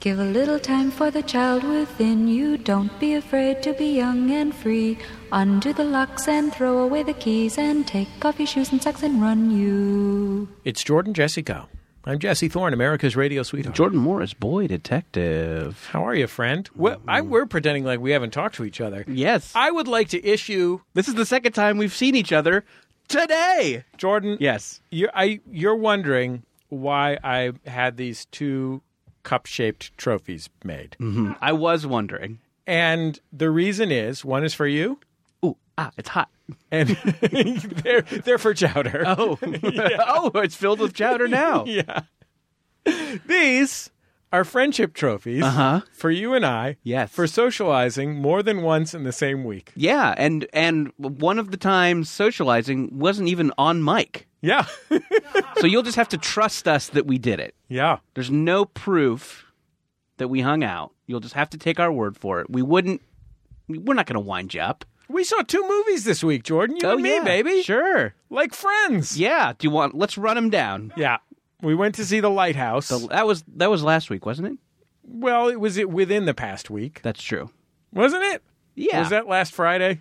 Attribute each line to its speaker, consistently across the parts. Speaker 1: Give a little time for the child within you. Don't be afraid to be young and free. Undo the locks and throw away the keys and take off your shoes and socks and run you.
Speaker 2: It's Jordan Jessica. I'm Jesse Thorne, America's radio sweetheart.
Speaker 3: Jordan Morris, boy detective.
Speaker 2: How are you, friend? Well, I, we're pretending like we haven't talked to each other.
Speaker 3: Mm. Yes.
Speaker 2: I would like to issue
Speaker 3: this is the second time we've seen each other today.
Speaker 2: Jordan.
Speaker 3: Yes.
Speaker 2: You're, I, you're wondering why I had these two cup-shaped trophies made,
Speaker 3: I was wondering.
Speaker 2: and the reason is one is for you,
Speaker 3: Ooh, ah, it's hot.
Speaker 2: and they're they're for chowder.
Speaker 3: Oh, oh, it's filled with chowder now.
Speaker 2: Yeah. These are friendship trophies
Speaker 3: Uh-huh.
Speaker 2: for you and I
Speaker 3: Yes.
Speaker 2: for socializing more than once in the same week.
Speaker 3: Yeah, and and one of the times socializing wasn't even on mic.
Speaker 2: Yeah.
Speaker 3: So you'll just have to trust us that we did it.
Speaker 2: yeah.
Speaker 3: There's no proof that we hung out. You'll just have to take our word for it. We wouldn't we're not going to wind you up.
Speaker 2: We saw two movies this week, Jordan. You
Speaker 3: oh
Speaker 2: and me,
Speaker 3: yeah,
Speaker 2: baby.
Speaker 3: Sure.
Speaker 2: Like friends.
Speaker 3: Yeah, do you want let's run them down.
Speaker 2: Yeah. We went to see The Lighthouse.
Speaker 3: That was that was last week, wasn't it?
Speaker 2: well, it was it within the past week,
Speaker 3: That's true.
Speaker 2: wasn't it?
Speaker 3: Yeah.
Speaker 2: Was that last Friday?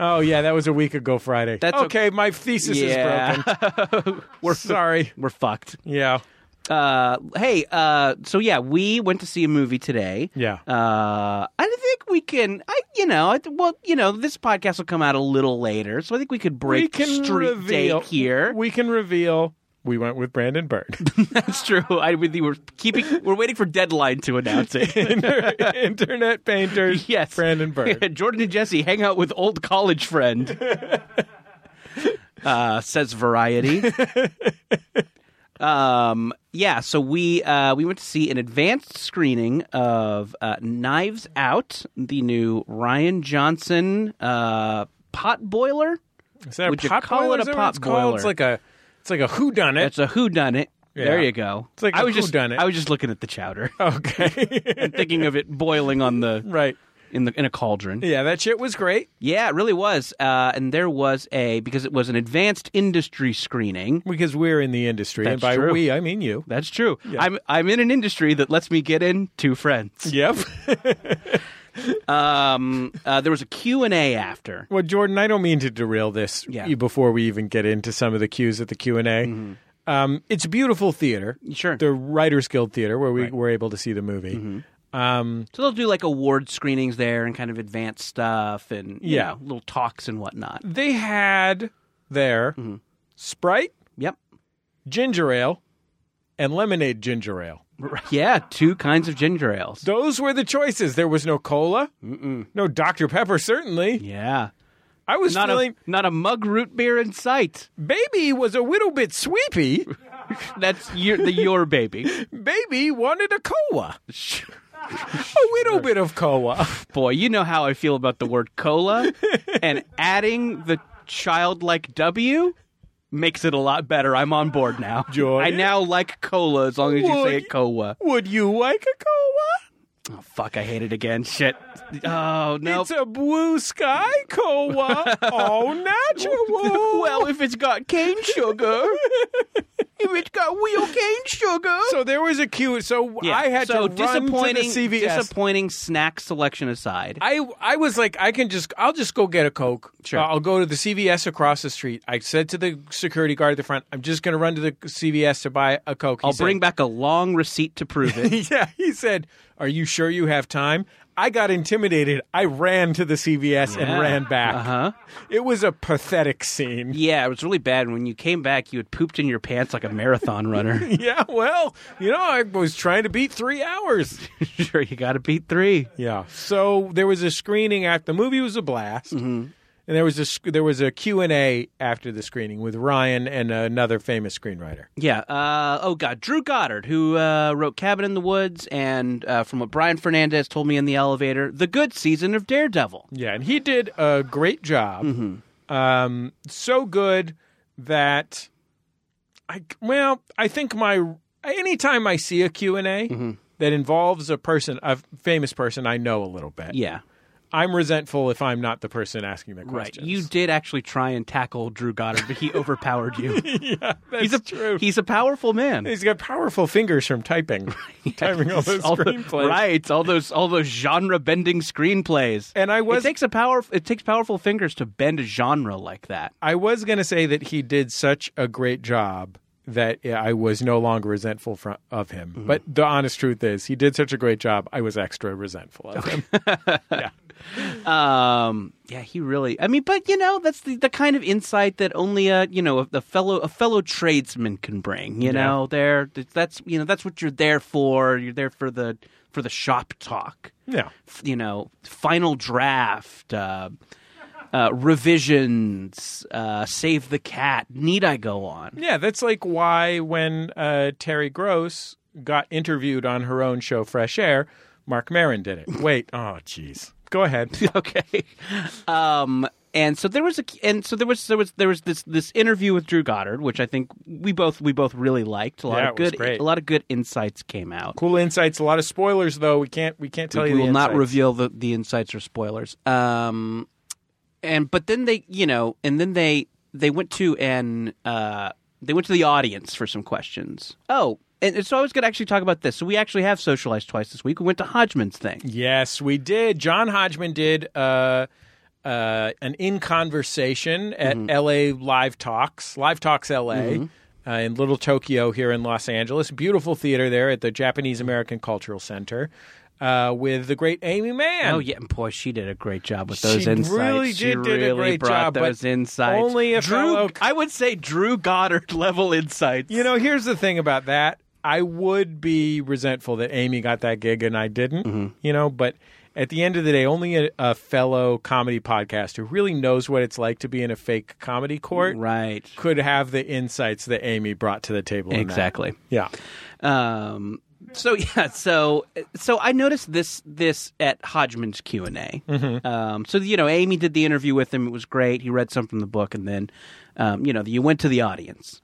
Speaker 2: Oh yeah, that was a week ago Friday.
Speaker 3: That's o-
Speaker 2: okay. My thesis
Speaker 3: Yeah.
Speaker 2: is broken. We're sorry.
Speaker 3: We're fucked.
Speaker 2: Yeah.
Speaker 3: Uh, hey, uh, so yeah, we went to see a movie today.
Speaker 2: Yeah.
Speaker 3: Uh, I think we can. I, you know, I, well, you know, this podcast will come out a little later, so I think we could break
Speaker 2: we can
Speaker 3: street
Speaker 2: reveal
Speaker 3: date here.
Speaker 2: We can reveal we went with Brandon Bird,
Speaker 3: That's true. I with you, we're keeping. We're waiting for deadline to announce it.
Speaker 2: Inter- internet painters.
Speaker 3: yes,
Speaker 2: Brandon Bird.
Speaker 3: Jordan and Jesse hang out with old college friend. uh, says Variety. um, yeah. So we uh, we went to see an advanced screening of uh, Knives Out, the new Ryan Johnson uh, pot boiler.
Speaker 2: Is that
Speaker 3: Would
Speaker 2: a
Speaker 3: you
Speaker 2: pop
Speaker 3: call
Speaker 2: boiler?
Speaker 3: it a
Speaker 2: Is that what
Speaker 3: pot
Speaker 2: it's called? It's
Speaker 3: boiler?
Speaker 2: like a it's like a who done it.
Speaker 3: It's a who done it. There
Speaker 2: Yeah.
Speaker 3: you go.
Speaker 2: It's like
Speaker 3: I
Speaker 2: a
Speaker 3: was just
Speaker 2: whodunit.
Speaker 3: I was just looking at the chowder
Speaker 2: Okay.
Speaker 3: and thinking of it boiling on the
Speaker 2: right.
Speaker 3: in the in a cauldron.
Speaker 2: Yeah, that shit was great.
Speaker 3: Yeah, it really was. Uh, and there was a because it was an advanced industry screening.
Speaker 2: Because we're in the industry, and
Speaker 3: That's
Speaker 2: by
Speaker 3: true.
Speaker 2: we I mean you.
Speaker 3: That's true. I'm I'm in an industry that lets me get in two friends.
Speaker 2: Yep.
Speaker 3: Um, uh, there was a Q and A after.
Speaker 2: well, Jordan, I don't mean to derail this
Speaker 3: Yeah.
Speaker 2: e- before we even get into some of the cues at the Q and A. Um, it's beautiful theater,
Speaker 3: Sure.
Speaker 2: the Writers Guild Theater, where we were able to see the movie. Um,
Speaker 3: So they'll do like award screenings there and kind of advanced stuff and you
Speaker 2: Yeah.
Speaker 3: know, little talks and whatnot.
Speaker 2: they had there Sprite,
Speaker 3: Yep.
Speaker 2: ginger ale, and lemonade ginger ale.
Speaker 3: Yeah, two kinds of ginger ales.
Speaker 2: Those were the choices. There was no cola, no Dr. Pepper, certainly.
Speaker 3: Yeah.
Speaker 2: I was
Speaker 3: Not
Speaker 2: feeling
Speaker 3: a not a mug root beer in sight.
Speaker 2: baby was a little bit sweepy.
Speaker 3: That's your the your baby.
Speaker 2: baby wanted a cola. A little bit of cola.
Speaker 3: Boy, you know how I feel about the word cola, and adding the childlike W makes it a lot better. I'm on board now.
Speaker 2: Jordan?
Speaker 3: I now like cola as long as you say
Speaker 2: Would-
Speaker 3: it cola.
Speaker 2: Would you like a cola?
Speaker 3: Oh, fuck, I hate it again. Shit. Oh, no.
Speaker 2: It's a blue sky cola, all natural.
Speaker 3: well, if it's got cane sugar, if it's got real cane sugar.
Speaker 2: so there was a queue. So
Speaker 3: Yeah,
Speaker 2: I had to
Speaker 3: so
Speaker 2: run to the
Speaker 3: disappointing,
Speaker 2: CVS.
Speaker 3: disappointing snack selection aside.
Speaker 2: I I was like, I can just, I'll just go get a Coke.
Speaker 3: Sure.
Speaker 2: Uh, I'll go to the CVS across the street. I said to the security guard at the front, I'm just going to run to the CVS to buy a Coke. He
Speaker 3: I'll
Speaker 2: said-
Speaker 3: bring back a long receipt to prove it.
Speaker 2: yeah, he said, Are you sure you have time? I got intimidated. I ran to the CVS and
Speaker 3: Yeah.
Speaker 2: ran back.
Speaker 3: Uh-huh.
Speaker 2: It was a pathetic scene.
Speaker 3: Yeah, it was really bad. And When you came back, you had pooped in your pants like a marathon runner.
Speaker 2: Yeah, well, you know, I was trying to beat three hours.
Speaker 3: sure, you got to beat three.
Speaker 2: Yeah. So there was a screening after the movie was a blast, and there was a sc- there was a Q and A after the screening with Ryan and another famous screenwriter.
Speaker 3: Yeah. Uh, oh God, Drew Goddard, who uh, wrote Cabin in the Woods, and uh, from what Brian Fernandez told me in the elevator, the good season of Daredevil.
Speaker 2: Yeah, and he did a great job.
Speaker 3: Mm-hmm.
Speaker 2: Um, so good that I well, I think my anytime I
Speaker 3: Mm-hmm.
Speaker 2: see a Q and A that involves a person, a famous person I know a little bit,
Speaker 3: Yeah.
Speaker 2: I'm resentful if I'm not the person asking the
Speaker 3: Right.
Speaker 2: questions.
Speaker 3: You did actually try and tackle Drew Goddard, but he overpowered you.
Speaker 2: yeah, that's
Speaker 3: he's a
Speaker 2: true.
Speaker 3: he's a powerful man.
Speaker 2: He's got powerful fingers from typing, typing all those
Speaker 3: All the-
Speaker 2: screenplays.
Speaker 3: right, all those all those genre bending screenplays.
Speaker 2: And I was-
Speaker 3: it takes a power it takes powerful fingers to bend a genre like that.
Speaker 2: I was going to say that he did such a great job that I was no longer resentful fro- of him.
Speaker 3: Mm-hmm.
Speaker 2: But the honest truth is, he did such a great job. I was extra resentful of him.
Speaker 3: Um, yeah, he really. I mean, but you know, that's the, the kind of insight that only a you know a, a fellow a fellow tradesman can bring. You know, there that's you know that's what you're there for. You're there for the for the shop talk.
Speaker 2: yeah.
Speaker 3: f- you know, final draft, uh, uh, revisions, uh, save the cat. Need I go on?
Speaker 2: Yeah, that's like why when uh, Terry Gross got interviewed on her own show Fresh Air, Mark Marin did it. Wait, oh jeez. Go ahead.
Speaker 3: okay. Um, and so there was a, and so there was there was there was this this interview with Drew Goddard, which I think we both we both really liked. A lot
Speaker 2: Yeah,
Speaker 3: of
Speaker 2: it was
Speaker 3: good
Speaker 2: great.
Speaker 3: a lot of good insights came out.
Speaker 2: Cool insights, a lot of spoilers though. We can't we can't tell
Speaker 3: we
Speaker 2: you the
Speaker 3: will not
Speaker 2: insights.
Speaker 3: reveal the, the insights or spoilers. Um, and but then they, you know, and then they they went to an uh, they went to the audience for some questions. Oh, and, and so I was going to actually talk about this. So we actually have socialized twice this week. We went to Hodgman's thing.
Speaker 2: Yes, we did. John Hodgman did uh, uh, an in conversation at LA Live Talks, Live Talks LA, uh, in Little Tokyo here in Los Angeles. Beautiful theater there at the Japanese American Cultural Center uh, with the great Amy Mann.
Speaker 3: Oh yeah, and boy, she did a great job with those
Speaker 2: She
Speaker 3: insights.
Speaker 2: really
Speaker 3: she
Speaker 2: did- did a
Speaker 3: really
Speaker 2: great
Speaker 3: brought
Speaker 2: job, but
Speaker 3: those insights.
Speaker 2: only a
Speaker 3: Drew,
Speaker 2: fellow-
Speaker 3: I would say Drew Goddard level insights.
Speaker 2: You know, here's the thing about that. I would be resentful that Amy got that gig and I didn't,
Speaker 3: Mm-hmm.
Speaker 2: you know, but at the end of the day, only a, a fellow comedy podcast who really knows what it's like to be in a fake comedy court
Speaker 3: right?
Speaker 2: could have the insights that Amy brought to the table. in that.
Speaker 3: Exactly.
Speaker 2: Yeah.
Speaker 3: Um, so yeah, so so I noticed this this at Hodgman's Q and A.
Speaker 2: Mm-hmm.
Speaker 3: Um, so you know, Amy did the interview with him; it was great. He read some from the book, and then um, you know, you went to the audience,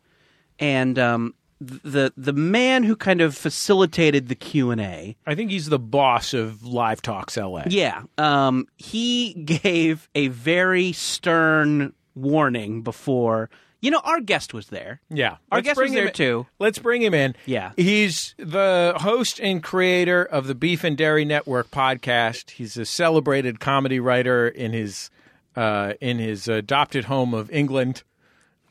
Speaker 3: and um, the the man who kind of facilitated the Q and A,
Speaker 2: I think he's the boss of Live Talks LA.
Speaker 3: yeah, um, he gave a very stern warning before. You know, our guest was there.
Speaker 2: Yeah.
Speaker 3: Our
Speaker 2: Let's
Speaker 3: guest
Speaker 2: bring
Speaker 3: was there
Speaker 2: him in.
Speaker 3: too.
Speaker 2: Let's bring him in.
Speaker 3: Yeah.
Speaker 2: He's the host and creator of the Beef and Dairy Network podcast. He's a celebrated comedy writer in his uh, in his adopted home of England.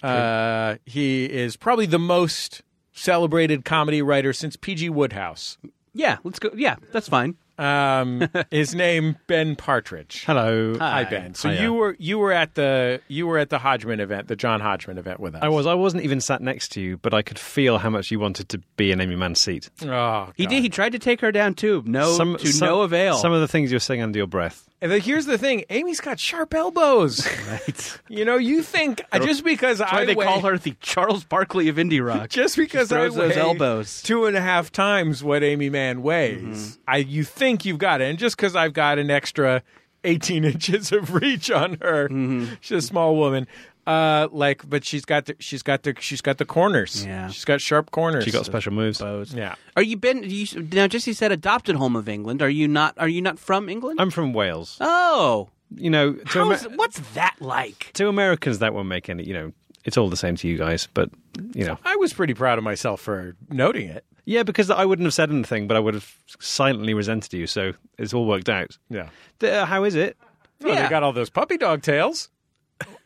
Speaker 2: Uh, he is probably the most celebrated comedy writer since P.G. Woodhouse.
Speaker 3: Yeah, let's go. Yeah, that's fine.
Speaker 2: Um, his name Ben Partridge.
Speaker 4: Hello.
Speaker 2: Hi Ben. So
Speaker 4: Hiya.
Speaker 2: you were you were at the you were at the Hodgman event, the John Hodgman event with us.
Speaker 4: I was. I wasn't even sat next to you, but I could feel how much you wanted to be in Amy Mann's seat.
Speaker 2: Oh,
Speaker 3: He did. He tried to take her down too. No, to no avail.
Speaker 4: Some of the things you're saying under your breath.
Speaker 2: And then here's the thing: Amy's got sharp elbows. Right. you know, you think uh, just because I
Speaker 3: Why they
Speaker 2: weigh,
Speaker 3: call her the Charles Barkley of indie rock?
Speaker 2: just because
Speaker 3: She throws
Speaker 2: I weigh
Speaker 3: those elbows. Mm-hmm.
Speaker 2: two and a half times what Amy Mann weighs, I you think you've got it, and just because I've got an extra eighteen inches of reach on her,
Speaker 3: Mm-hmm.
Speaker 2: she's a small woman. Uh, like, but she's got the she's got the she's got the corners.
Speaker 3: Yeah.
Speaker 2: she's got sharp corners.
Speaker 4: She got special moves.
Speaker 2: yeah.
Speaker 3: Are you been? You, now, Jesse said adopted home of England. Are you not? Are you not from England?
Speaker 4: I'm from Wales.
Speaker 3: oh,
Speaker 4: You know, to, Amer-
Speaker 3: How's- what's that like?
Speaker 4: to Americans that won't make any. You know, it's all the same to you guys, but you know,
Speaker 2: I was pretty proud of myself for noting it.
Speaker 4: yeah, because I wouldn't have said anything, but I would have silently resented you. So it's all worked out.
Speaker 2: Yeah,
Speaker 4: Th- uh, how is it?
Speaker 2: well,
Speaker 3: Yeah.
Speaker 2: Oh, they got all those puppy dog tails.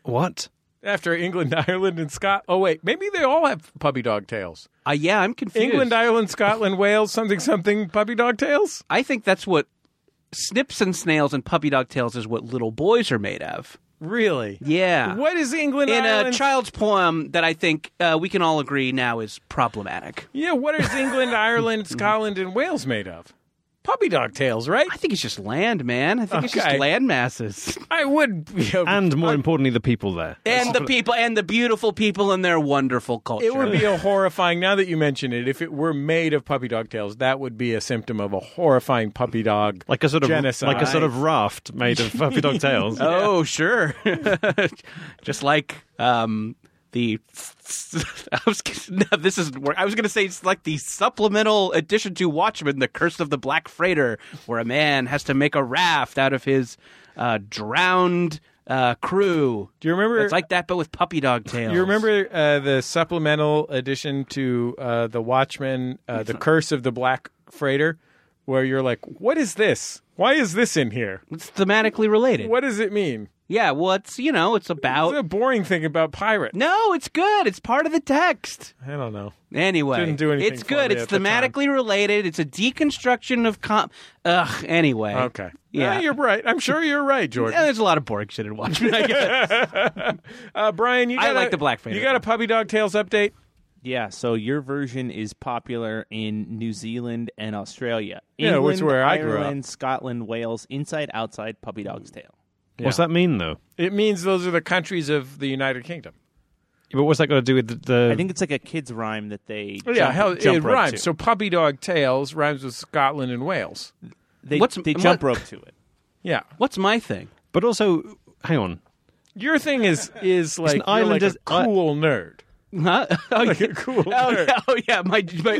Speaker 4: What?
Speaker 2: after England, Ireland, and Scotland. Oh wait, maybe they all have puppy dog tails.
Speaker 3: Uh, yeah, I'm confused.
Speaker 2: England, Ireland, Scotland, Wales, something, something, puppy dog tails.
Speaker 3: I think that's what snips and snails and puppy dog tails is what little boys are made of.
Speaker 2: Really?
Speaker 3: Yeah.
Speaker 2: What is England,
Speaker 3: In a
Speaker 2: Ireland?
Speaker 3: child's poem that I think uh, we can all agree now is problematic.
Speaker 2: yeah. What is England, Ireland, Scotland, and Wales made of? Puppy dog tails, right?
Speaker 3: I think it's just land, man. I think it's just
Speaker 2: Okay.
Speaker 3: land masses.
Speaker 2: I would. You know,
Speaker 4: And more importantly, the people there.
Speaker 3: and the people and the beautiful people and their wonderful culture.
Speaker 2: it would be a horrifying. Now that you mention it, if it were made of puppy dog tails, that would be a symptom of a horrifying puppy dog,
Speaker 4: Like a sort of
Speaker 2: genocide.
Speaker 4: like a sort of raft made of puppy dog tails.
Speaker 3: oh, sure. Just like um, the I was gonna, no, this isn't work. I was going to say it's like the supplemental addition to Watchmen, The Curse of the Black Freighter, where a man has to make a raft out of his uh, drowned uh, crew.
Speaker 2: Do you remember-
Speaker 3: It's like that, but with puppy dog tails.
Speaker 2: You remember uh, the supplemental edition to uh, the Watchmen, uh, the Curse of the Black Freighter, where you're like, "What is this? Why is this in here?
Speaker 3: It's thematically related.
Speaker 2: What does it mean?"
Speaker 3: Yeah, well, it's you know, it's about.
Speaker 2: It's a boring thing about pirate.
Speaker 3: Oh. no, it's good. It's part of the text.
Speaker 2: I don't know.
Speaker 3: Anyway,
Speaker 2: Didn't do anything
Speaker 3: it's
Speaker 2: for
Speaker 3: good.
Speaker 2: me
Speaker 3: It's
Speaker 2: at the time.
Speaker 3: thematically related. It's a deconstruction of com. Ugh. Anyway.
Speaker 2: Okay.
Speaker 3: Yeah.
Speaker 2: Yeah, Uh, you're right. I'm sure you're right,
Speaker 3: Yeah,
Speaker 2: Jordan.
Speaker 3: there's a lot of boring shit in Watchmen. I guess.
Speaker 2: Uh, Brian, you
Speaker 3: I
Speaker 2: got
Speaker 3: like
Speaker 2: a,
Speaker 3: the Black Freighter.
Speaker 2: You got a puppy dog tails update?
Speaker 5: Yeah, so your version is popular in New Zealand and Australia.
Speaker 2: Yeah, which is
Speaker 5: England,
Speaker 2: where I grew up.
Speaker 5: Ireland, Scotland, Wales, inside, outside, puppy dog's tail.
Speaker 4: What's that mean though?
Speaker 2: It means those are the countries of the United Kingdom.
Speaker 4: But what's that got to do with the? the
Speaker 5: I think it's like a kid's rhyme that they
Speaker 2: Yeah,
Speaker 5: jump,
Speaker 2: hell,
Speaker 5: jump
Speaker 2: it
Speaker 5: rope
Speaker 2: rhymes.
Speaker 5: to.
Speaker 2: So puppy dog tails rhymes with Scotland and Wales.
Speaker 5: they,
Speaker 3: What's-
Speaker 5: they
Speaker 3: what-
Speaker 5: jump rope to it.
Speaker 2: Yeah,
Speaker 3: What's my thing?
Speaker 4: but also, hang on.
Speaker 2: your thing is is like, you're like
Speaker 4: island
Speaker 2: a
Speaker 4: is-
Speaker 3: uh,
Speaker 4: I-
Speaker 2: cool nerd.
Speaker 3: Huh? Oh, yeah.
Speaker 2: cool
Speaker 3: Oh,
Speaker 2: nerd.
Speaker 3: yeah. Oh, yeah. My my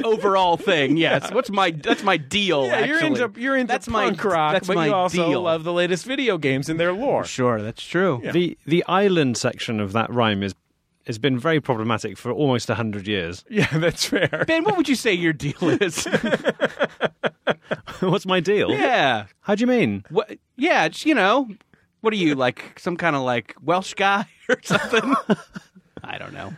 Speaker 3: overall thing. Yes. What's my that's my deal.
Speaker 2: Yeah, you're
Speaker 3: actually.
Speaker 2: into you're into
Speaker 3: that's
Speaker 2: punk
Speaker 3: my,
Speaker 2: rock,
Speaker 3: That's
Speaker 2: but
Speaker 3: my
Speaker 2: you also
Speaker 3: deal.
Speaker 2: love the latest video games and their lore.
Speaker 3: Sure, that's true.
Speaker 4: Oh, The the island section of that rhyme is has been very problematic for almost hundred years.
Speaker 2: Yeah, that's fair.
Speaker 3: Ben, what would you say your deal is?
Speaker 4: What's my deal?
Speaker 3: yeah.
Speaker 4: How do you mean?
Speaker 3: What? Yeah. It's, you know, what are you like? Some kind of like Welsh guy or something? I don't know.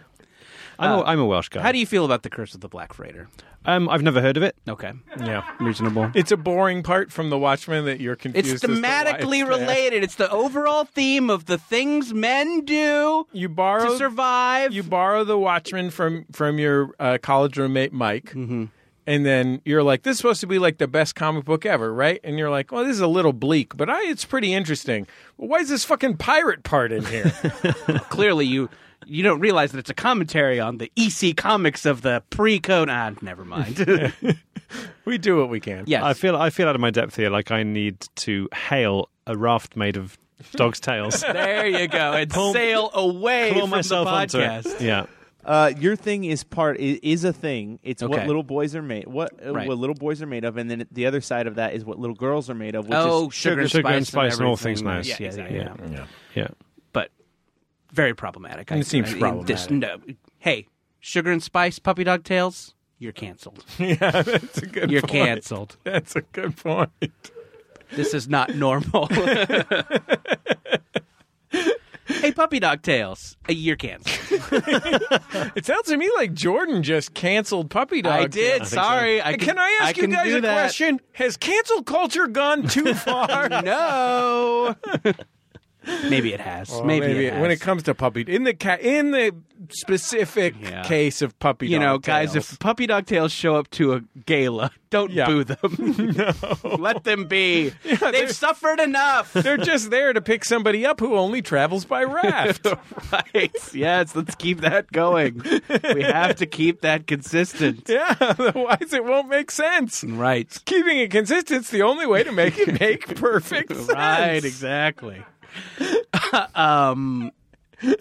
Speaker 4: I'm, a, I'm a Welsh guy.
Speaker 3: Uh, How do you feel about the Curse of the Black Freighter?
Speaker 4: um, I've never heard of it.
Speaker 3: Okay.
Speaker 2: Yeah.
Speaker 3: Reasonable.
Speaker 2: It's a boring part from The Watchmen that you're confused.
Speaker 3: It's
Speaker 2: as to why
Speaker 3: thematically
Speaker 2: it's there.
Speaker 3: related. It's the overall theme of the things men do
Speaker 2: You
Speaker 3: to
Speaker 2: borrow
Speaker 3: survive.
Speaker 2: you borrow The Watchmen from from your uh, college roommate Mike, and then you're like, "This is supposed to be like the best comic book ever, right?" And you're like, "Well, this is a little bleak, but I, it's pretty interesting. Well, why is this fucking pirate part in here?"
Speaker 3: Clearly, you you don't realize that it's a commentary on the EC comics of the pre-code. Ah, never mind.
Speaker 2: we do what we can.
Speaker 3: yes.
Speaker 4: I feel I feel out of my depth here. Like I need to hail a raft made of dogs' tails.
Speaker 3: there you go. And sail away
Speaker 4: Pull
Speaker 3: from
Speaker 4: myself
Speaker 3: the
Speaker 4: onto
Speaker 3: podcast.
Speaker 4: it. Yeah.
Speaker 5: Uh, your thing is part i- is a thing. It's
Speaker 3: Okay.
Speaker 5: what little boys are made. What uh,
Speaker 3: Right.
Speaker 5: what little boys are made of, and then the other side of that is what little girls are made of. Which
Speaker 3: Oh,
Speaker 5: is
Speaker 3: sugar,
Speaker 4: sugar and
Speaker 3: spice
Speaker 4: spice and all
Speaker 3: everything.
Speaker 4: things nice.
Speaker 3: Yeah,
Speaker 5: Yeah,
Speaker 3: exactly.
Speaker 4: yeah.
Speaker 3: yeah.
Speaker 4: Yeah.
Speaker 3: But very problematic.
Speaker 2: It seems
Speaker 3: this- no. Hey, sugar and spice, puppy dog tails. You're canceled.
Speaker 2: Yeah, that's a good.
Speaker 3: You're
Speaker 2: point.
Speaker 3: canceled.
Speaker 2: That's a good point.
Speaker 3: This is not normal. hey, puppy dog tails. Uh, You're canceled.
Speaker 2: It sounds to me like Jordan just canceled Puppy Dog.
Speaker 3: I did. sorry. I
Speaker 2: Can, I ask you
Speaker 3: can
Speaker 2: guys
Speaker 3: do
Speaker 2: a
Speaker 3: that.
Speaker 2: question? Has cancel culture gone too far?
Speaker 3: No. maybe it has.
Speaker 2: Well,
Speaker 3: maybe, it has.
Speaker 2: when it comes to puppy in the ca- in the specific
Speaker 3: Yeah.
Speaker 2: case of puppy,
Speaker 3: you
Speaker 2: dog
Speaker 3: know, guys,
Speaker 2: tails.
Speaker 3: if puppy dog tails show up to a gala, don't
Speaker 2: Yeah.
Speaker 3: boo them. Let them be.
Speaker 2: they're-
Speaker 3: They've suffered enough.
Speaker 2: they're just there to pick somebody up who only travels by raft.
Speaker 3: right. Yes, let's keep that going. We have to keep that consistent.
Speaker 2: yeah, otherwise it won't make sense.
Speaker 3: Right.
Speaker 2: Keeping it consistent's the only way to make it make perfect sense.
Speaker 3: Right, exactly. um,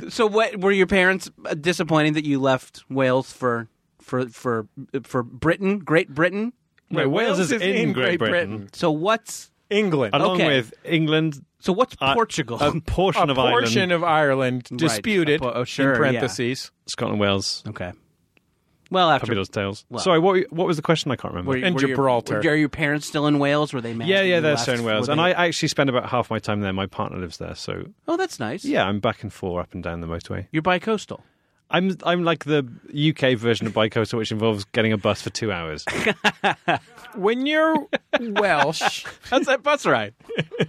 Speaker 3: so, what were your parents disappointed that you left Wales for for for for Britain, Great Britain?
Speaker 4: Wait, Wales, is, in, Great, Britain,
Speaker 3: So what's
Speaker 2: England.
Speaker 4: along
Speaker 3: Okay.
Speaker 4: with England,
Speaker 3: so what's
Speaker 4: uh,
Speaker 3: Portugal?
Speaker 4: a portion
Speaker 2: a
Speaker 4: of
Speaker 2: portion
Speaker 4: Ireland,
Speaker 2: of Ireland disputed
Speaker 3: A po- oh, sure,
Speaker 2: in parentheses.
Speaker 4: Scotland, Wales,
Speaker 3: okay. Well, after
Speaker 4: Puppy Dogs' Tails.
Speaker 3: Well-
Speaker 4: Sorry, what what was the question? I can't remember.
Speaker 2: and
Speaker 3: your-
Speaker 2: Gibraltar.
Speaker 3: were- are your parents still in Wales? Were they mad?
Speaker 4: yeah,
Speaker 3: that
Speaker 4: yeah,
Speaker 3: you
Speaker 4: they're
Speaker 3: left?
Speaker 4: still in Wales,
Speaker 3: Were
Speaker 4: and
Speaker 3: they-
Speaker 4: I actually spend about half my time there. My partner lives there, so
Speaker 3: Oh, that's nice.
Speaker 4: yeah, I'm back and forth, up and down the motorway.
Speaker 3: you're bi-coastal.
Speaker 4: I'm I'm like the UK version of bicoastal, which involves getting a bus for two hours.
Speaker 2: When you're Welsh,
Speaker 3: How's that bus ride? Is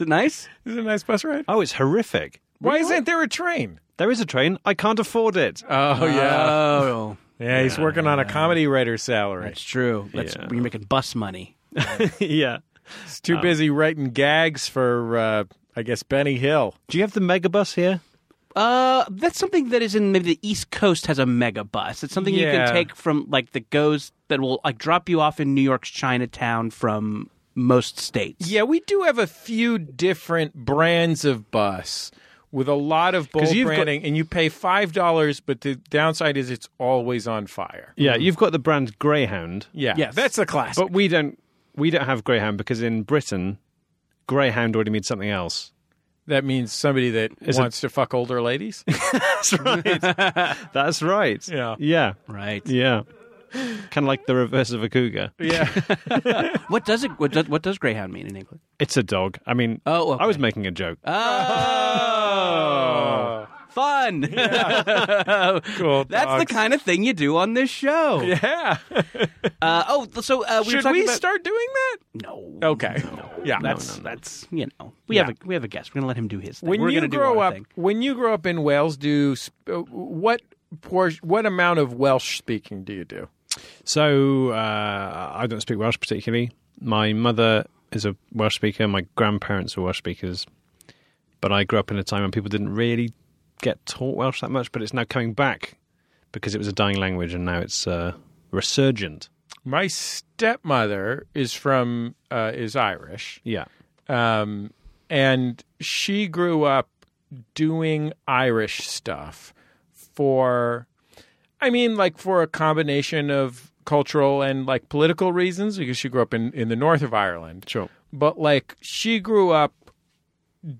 Speaker 3: it nice?
Speaker 2: this is a nice bus ride.
Speaker 4: oh, it's horrific.
Speaker 2: Why isn't there a train?
Speaker 4: There is a train. I can't afford it.
Speaker 2: Oh yeah,
Speaker 4: Uh,
Speaker 3: Oh,
Speaker 2: yeah. He's working on a comedy writer's salary.
Speaker 3: that's true. That's
Speaker 4: Yeah.
Speaker 3: you're making bus money.
Speaker 4: yeah.
Speaker 2: He's too busy writing gags for, uh, I guess, Benny Hill.
Speaker 4: Do you have the megabus here?
Speaker 3: Uh, that's something that is in maybe the East Coast has a mega bus. It's something you
Speaker 2: Yeah.
Speaker 3: can take from like that goes that will like drop you off in New York's Chinatown from most states.
Speaker 2: Yeah, we do have a few different brands of bus. with a lot of bold
Speaker 4: 'Cause you've got-
Speaker 2: branding, and you pay five dollars, but the downside is it's always on fire.
Speaker 4: Yeah, you've got the brand Greyhound,
Speaker 2: Yeah,
Speaker 3: Yes.
Speaker 2: that's the classic.
Speaker 4: but we don't we don't have Greyhound because in Britain, Greyhound already means something else.
Speaker 2: that means somebody that
Speaker 4: Is it-
Speaker 2: wants to fuck older ladies.
Speaker 4: That's right. That's right.
Speaker 2: Yeah.
Speaker 4: Yeah.
Speaker 3: Right.
Speaker 4: Yeah. Kind of like the reverse of a cougar.
Speaker 2: yeah,
Speaker 3: What does it? What does, what does greyhound mean in England?
Speaker 4: It's a dog. I mean,
Speaker 3: Oh, okay.
Speaker 4: I was making a joke.
Speaker 3: Oh, Uh, fun!
Speaker 2: cool.
Speaker 3: That's the
Speaker 2: dogs.
Speaker 3: kind of thing you do on this show.
Speaker 2: Yeah.
Speaker 3: Uh, oh, so uh, we were
Speaker 2: Should
Speaker 3: talking
Speaker 2: we
Speaker 3: about-
Speaker 2: start Oh. doing that?
Speaker 3: No.
Speaker 2: Okay. Yeah.
Speaker 3: That's that's you know we have a we have a guest. We're gonna let him do his thing.
Speaker 2: when
Speaker 3: we're
Speaker 2: you
Speaker 3: gonna
Speaker 2: grow
Speaker 3: do our
Speaker 2: up,
Speaker 3: thing.
Speaker 2: when you grow up in Wales, do sp- uh, what portion, what amount of Welsh speaking do you do?
Speaker 4: So uh, I don't speak Welsh particularly. My mother is a Welsh speaker. My grandparents were Welsh speakers, but I grew up in a time when people didn't really get taught Welsh that much. But it's now coming back because it was a dying language, and now it's uh, resurgent.
Speaker 2: My stepmother is from uh, is Irish,
Speaker 4: Yeah,
Speaker 2: um, and she grew up doing Irish stuff for, I mean, like for a combination of cultural and like political reasons because she grew up in in the north of Ireland.
Speaker 4: sure.
Speaker 2: but like she grew up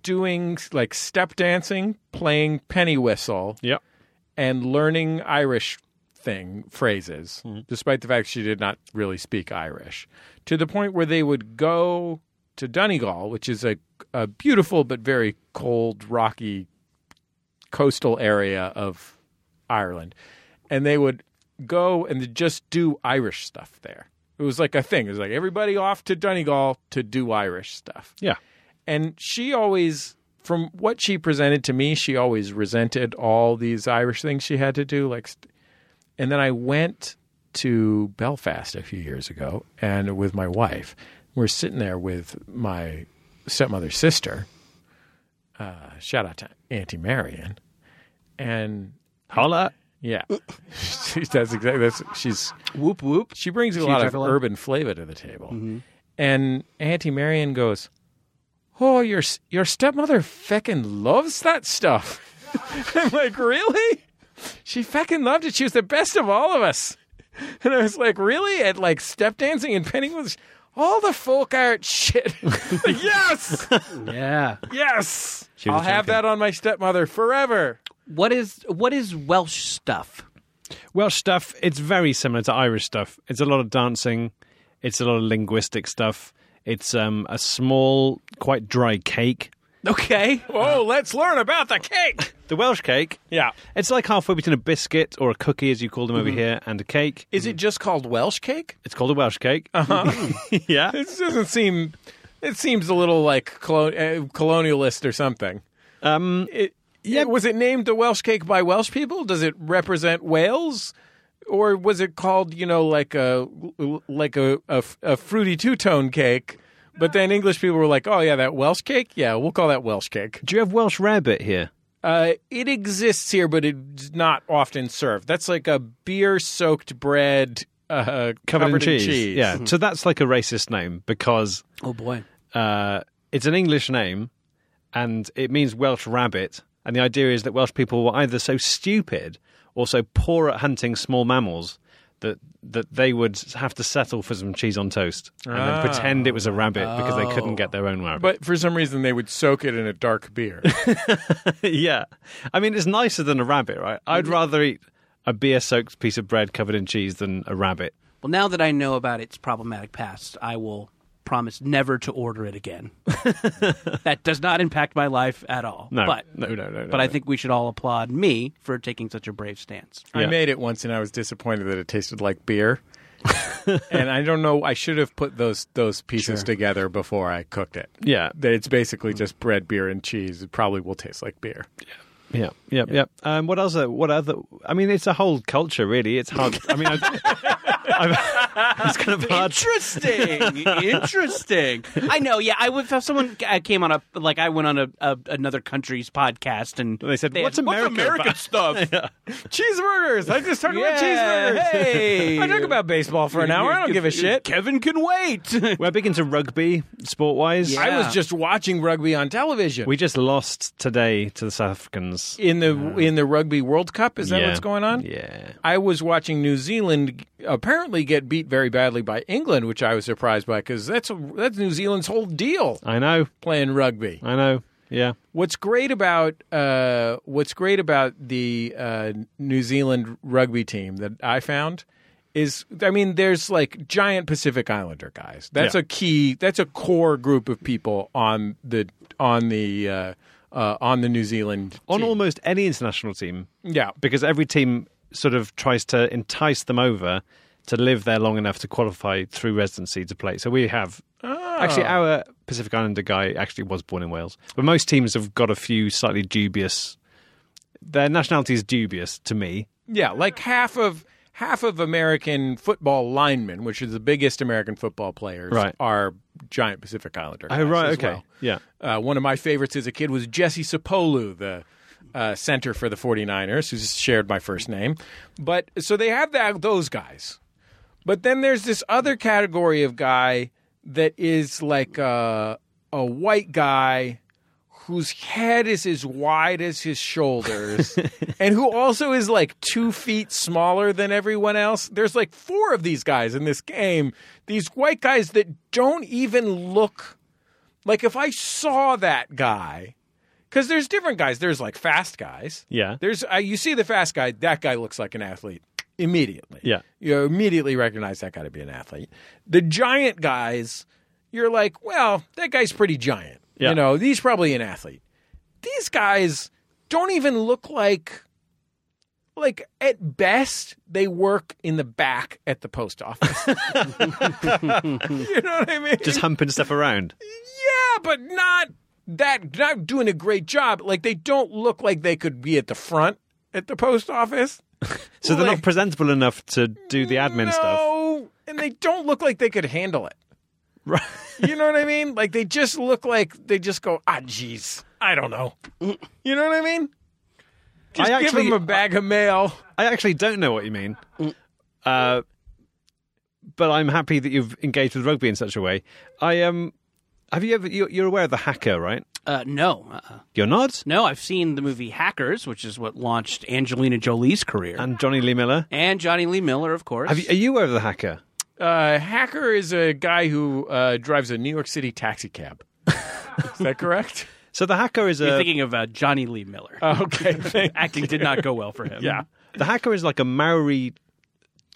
Speaker 2: doing like step dancing, playing penny whistle,
Speaker 4: Yeah,
Speaker 2: and learning Irish thing phrases, despite the fact she did not really speak Irish, to the point where they would go to Donegal, which is a, a beautiful but very cold, rocky coastal area of Ireland, and they would go and just do Irish stuff there. It was like a thing. It was like everybody off to Donegal to do Irish stuff.
Speaker 4: yeah.
Speaker 2: And she always, from what she presented to me, she always resented all these Irish things she had to do. Like, st- and then I went to Belfast a few years ago, and with my wife, we're sitting there with my stepmother's sister. Uh, shout out to Auntie Marion, and
Speaker 4: Holla.
Speaker 2: yeah, she does exactly. That's, she's
Speaker 3: Whoop whoop.
Speaker 2: she Mm-hmm. brings a lot of
Speaker 3: juggler.
Speaker 2: urban flavor to the table. And Auntie Marion goes, "Oh, your your stepmother feckin' loves that stuff." I'm like, "Really? She feckin' loved it. She was the best of all of us." And I was like, "Really? At like step dancing and penny was all the folk art shit." Like, yes,
Speaker 3: Yeah.
Speaker 2: yes.
Speaker 4: was
Speaker 2: I'll have that on my stepmother forever.
Speaker 3: What is what is Welsh stuff?
Speaker 4: Welsh stuff, it's very similar to Irish stuff. It's a lot of dancing, it's a lot of linguistic stuff. It's um, a small, quite dry cake.
Speaker 3: Okay.
Speaker 2: Oh, let's learn about the cake.
Speaker 4: The Welsh cake,
Speaker 2: Yeah.
Speaker 4: it's like halfway between a biscuit or a cookie, as you call them over here, and a cake.
Speaker 2: Is it just called Welsh cake?
Speaker 4: It's called a Welsh cake. yeah.
Speaker 2: This doesn't seem. It seems a little like colo- uh, colonialist or something.
Speaker 4: Um,
Speaker 2: It, yeah, was it named the Welsh cake by Welsh people? Does it represent Wales, or was it called you know like a like a a, a fruity two tone cake? But then English people were like, "Oh yeah, that Welsh cake. Yeah, we'll call that Welsh cake."
Speaker 4: do you have Welsh rarebit here?
Speaker 2: Uh, it exists here, but it's not often served. That's like a beer soaked bread uh,
Speaker 4: Covered, in, cheese. Yeah. So that's like a racist name because
Speaker 3: Oh boy.
Speaker 4: uh, it's an English name and it means Welsh rabbit. And the idea is that Welsh people were either so stupid or so poor at hunting small mammals that that they would have to settle for some cheese on toast and then pretend it was a rabbit because they couldn't get their own rabbit.
Speaker 2: But for some reason, they would soak it in a dark beer.
Speaker 4: yeah. I mean, it's nicer than a rabbit, right?
Speaker 2: Mm-hmm.
Speaker 4: I'd rather eat a beer soaked piece of bread covered in cheese than a rabbit.
Speaker 3: Well, now that I know about its problematic past, I will promise never to order it again. that does not impact my life at all.
Speaker 4: No.
Speaker 3: But
Speaker 4: no, no, no, no.
Speaker 3: but I think we should all applaud me for taking such a brave stance.
Speaker 2: I made it once and I was disappointed that it tasted like beer. and I don't know. I should have put those those pieces together before I cooked it.
Speaker 4: Yeah.
Speaker 2: That it's basically just bread, beer, and cheese. It probably will taste like beer.
Speaker 4: Yeah, yeah, yeah. Um, what else? uh, What other? I mean, it's a whole culture, really. It's hard. I mean, I, I'm, it's kind of hard.
Speaker 3: Interesting, interesting. I know. Yeah, I would. If someone c- I came on a like, I went on a, a another country's podcast, and
Speaker 4: They said, "What's
Speaker 3: had,
Speaker 4: America
Speaker 3: What's American
Speaker 4: about?"
Speaker 3: stuff?"
Speaker 2: Cheeseburgers. I just talked about
Speaker 3: Yeah,
Speaker 2: cheeseburgers.
Speaker 3: hey.
Speaker 2: I talk about baseball for an hour. I don't give a shit.
Speaker 3: Kevin can wait.
Speaker 4: We're big into rugby, sport-wise.
Speaker 3: Yeah.
Speaker 2: I was just watching rugby on television.
Speaker 4: We just lost today to the South Africans.
Speaker 2: in the in the rugby World Cup, is that
Speaker 4: Yeah.
Speaker 2: what's going on?
Speaker 4: Yeah.
Speaker 2: I was watching New Zealand apparently get beat very badly by England, which I was surprised by because that's that's New Zealand's whole deal
Speaker 4: I know.
Speaker 2: playing rugby.
Speaker 4: I know. Yeah.
Speaker 2: What's great about uh, what's great about the uh, New Zealand rugby team that I found is, I mean, there's like giant Pacific Islander guys. That's
Speaker 4: Yeah.
Speaker 2: a key. That's a core group of people on the on the uh, uh, on the New Zealand
Speaker 4: On
Speaker 2: team.
Speaker 4: almost any international team,
Speaker 2: yeah.
Speaker 4: because every team sort of tries to entice them over to live there long enough to qualify through residency to play. So we have
Speaker 2: Ah.
Speaker 4: actually our Pacific Islander guy actually was born in Wales, but most teams have got a few slightly dubious. Their nationality is dubious to me.
Speaker 2: Yeah, like half of half of American football linemen, which is the biggest American football players,
Speaker 4: Right.
Speaker 2: are giant Pacific Islander.
Speaker 4: Oh
Speaker 2: guys
Speaker 4: right,
Speaker 2: as
Speaker 4: okay,
Speaker 2: well.
Speaker 4: yeah.
Speaker 2: Uh, one of my favorites as a kid was Jesse Sapolu, the uh, center for the 49ers, who's shared my first name. But so they have that those guys. But then there's this other category of guy that is like a, a white guy whose head is as wide as his shoulders and who also is like two feet smaller than everyone else. There's like four of these guys in this game. These white guys that don't even look like if I saw that guy, because there's different guys. There's like fast guys.
Speaker 4: Yeah.
Speaker 2: There's uh, you see the fast guy. That guy looks like an athlete immediately.
Speaker 4: Yeah.
Speaker 2: You immediately recognize that guy to be an athlete. The giant guys, you're like, well, that guy's pretty giant.
Speaker 4: Yeah.
Speaker 2: You know, he's probably an athlete. These guys don't even look like. Like at best, they work in the back at the post office. you know what I mean?
Speaker 4: Just humping stuff around.
Speaker 2: Yeah, but not that not doing a great job. Like they don't look like they could be at the front at the post office.
Speaker 4: So they're
Speaker 2: Like-
Speaker 4: not presentable enough to do the admin
Speaker 2: no,
Speaker 4: stuff.
Speaker 2: and they don't look like they could handle it.
Speaker 4: Right.
Speaker 2: You know what I mean? Like they just look like they just go, ah, jeez, I don't know. You know what I mean? Just
Speaker 4: I
Speaker 2: give
Speaker 4: actually-
Speaker 2: them a bag of mail.
Speaker 4: I actually don't know what you mean. Uh, but I'm happy that you've engaged with rugby in such a way. I um, have you ever? You're, you're aware of the hacker, right?
Speaker 3: uh, no, uh-uh.
Speaker 4: You're not.
Speaker 3: no. I've seen the movie Hackers, which is what launched Angelina Jolie's career, and,
Speaker 4: And Johnny Lee Miller.
Speaker 3: Johnny Lee Miller, of course.
Speaker 4: Have you, are you aware of the hacker?
Speaker 2: Uh, hacker is a guy who uh, drives a New York City taxi cab. is that correct?
Speaker 4: So the hacker is
Speaker 3: You're
Speaker 4: a
Speaker 3: thinking of uh, Johnny Lee Miller.
Speaker 2: Okay, thank
Speaker 3: Acting did not go well for him.
Speaker 2: yeah.
Speaker 4: the hacker is like a Maori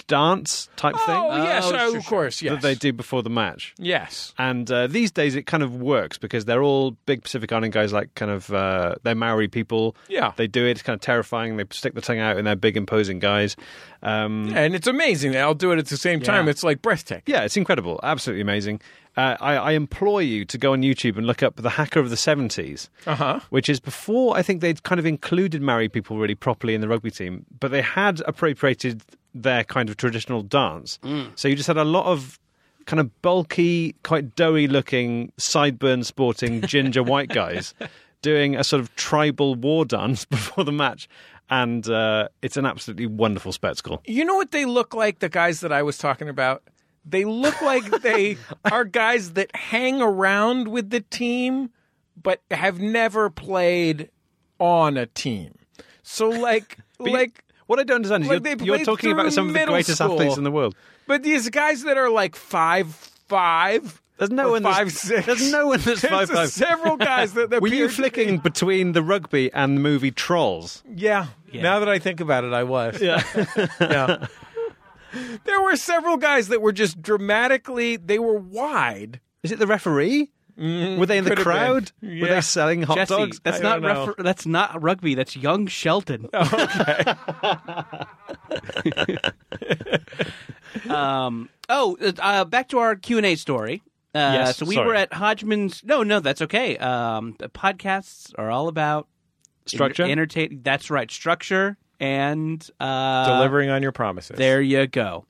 Speaker 4: dance type
Speaker 2: Oh,
Speaker 4: thing
Speaker 2: yes,
Speaker 3: Oh,
Speaker 2: oh,
Speaker 3: sure,
Speaker 2: of course, yes.
Speaker 4: that they do before the match.
Speaker 2: Yes.
Speaker 4: And uh, these days it kind of works because they're all big Pacific Island guys, like kind of uh, they're Maori people.
Speaker 2: Yeah.
Speaker 4: they do it. It's kind of terrifying. They stick the tongue out, and they're big imposing guys. Um,
Speaker 2: And it's amazing. They all do it at the same time. It's like breathtaking.
Speaker 4: Yeah, it's incredible. Absolutely amazing. Uh, I, I implore you to go on YouTube and look up The Hacker of the 70s, uh-huh. which is before I think they'd kind of included Maori people really properly in the rugby team, but they had appropriated their kind of traditional dance. So you just had a lot of kind of bulky, quite doughy looking, sideburn sporting ginger white guys doing a sort of tribal war dance before the match. And uh, it's an absolutely wonderful spectacle.
Speaker 2: You know what they look like, the guys that I was talking about? They look like they are guys that hang around with the team, but have never played on a team. So, like, like.
Speaker 4: What I don't understand is
Speaker 2: Like
Speaker 4: you're,
Speaker 2: they
Speaker 4: you're
Speaker 2: played
Speaker 4: talking
Speaker 2: through
Speaker 4: about some of the
Speaker 2: middle
Speaker 4: greatest
Speaker 2: school.
Speaker 4: athletes in the world.
Speaker 2: But these guys that are like five five.
Speaker 4: There's no
Speaker 2: or
Speaker 4: one that's-
Speaker 2: five six.
Speaker 4: there's no one that's
Speaker 2: There's
Speaker 4: five five.
Speaker 2: Several guys that that
Speaker 4: Were you
Speaker 2: appeared to be-
Speaker 4: flicking between the rugby and the movie Trolls?
Speaker 2: Yeah. Now that I think about it, I was. Yeah. There were several guys that were just dramatically. They were wide.
Speaker 4: Is it the referee? Were they in the
Speaker 2: could have been.
Speaker 4: crowd? Were
Speaker 2: Yeah.
Speaker 4: they selling hot
Speaker 3: Jesse,
Speaker 4: dogs?
Speaker 3: that's
Speaker 4: I
Speaker 3: not
Speaker 4: don't know.
Speaker 3: refer- that's not rugby. That's young Shelton. Okay. um. Oh, uh, back to our Q and A story. Uh,
Speaker 4: Yes,
Speaker 3: so we
Speaker 4: sorry.
Speaker 3: were at Hodgman's. No, no, that's okay. Um, the podcasts are all about
Speaker 4: Structure?
Speaker 3: entertain. That's right, structure and uh,
Speaker 2: delivering on your promises.
Speaker 3: There you go,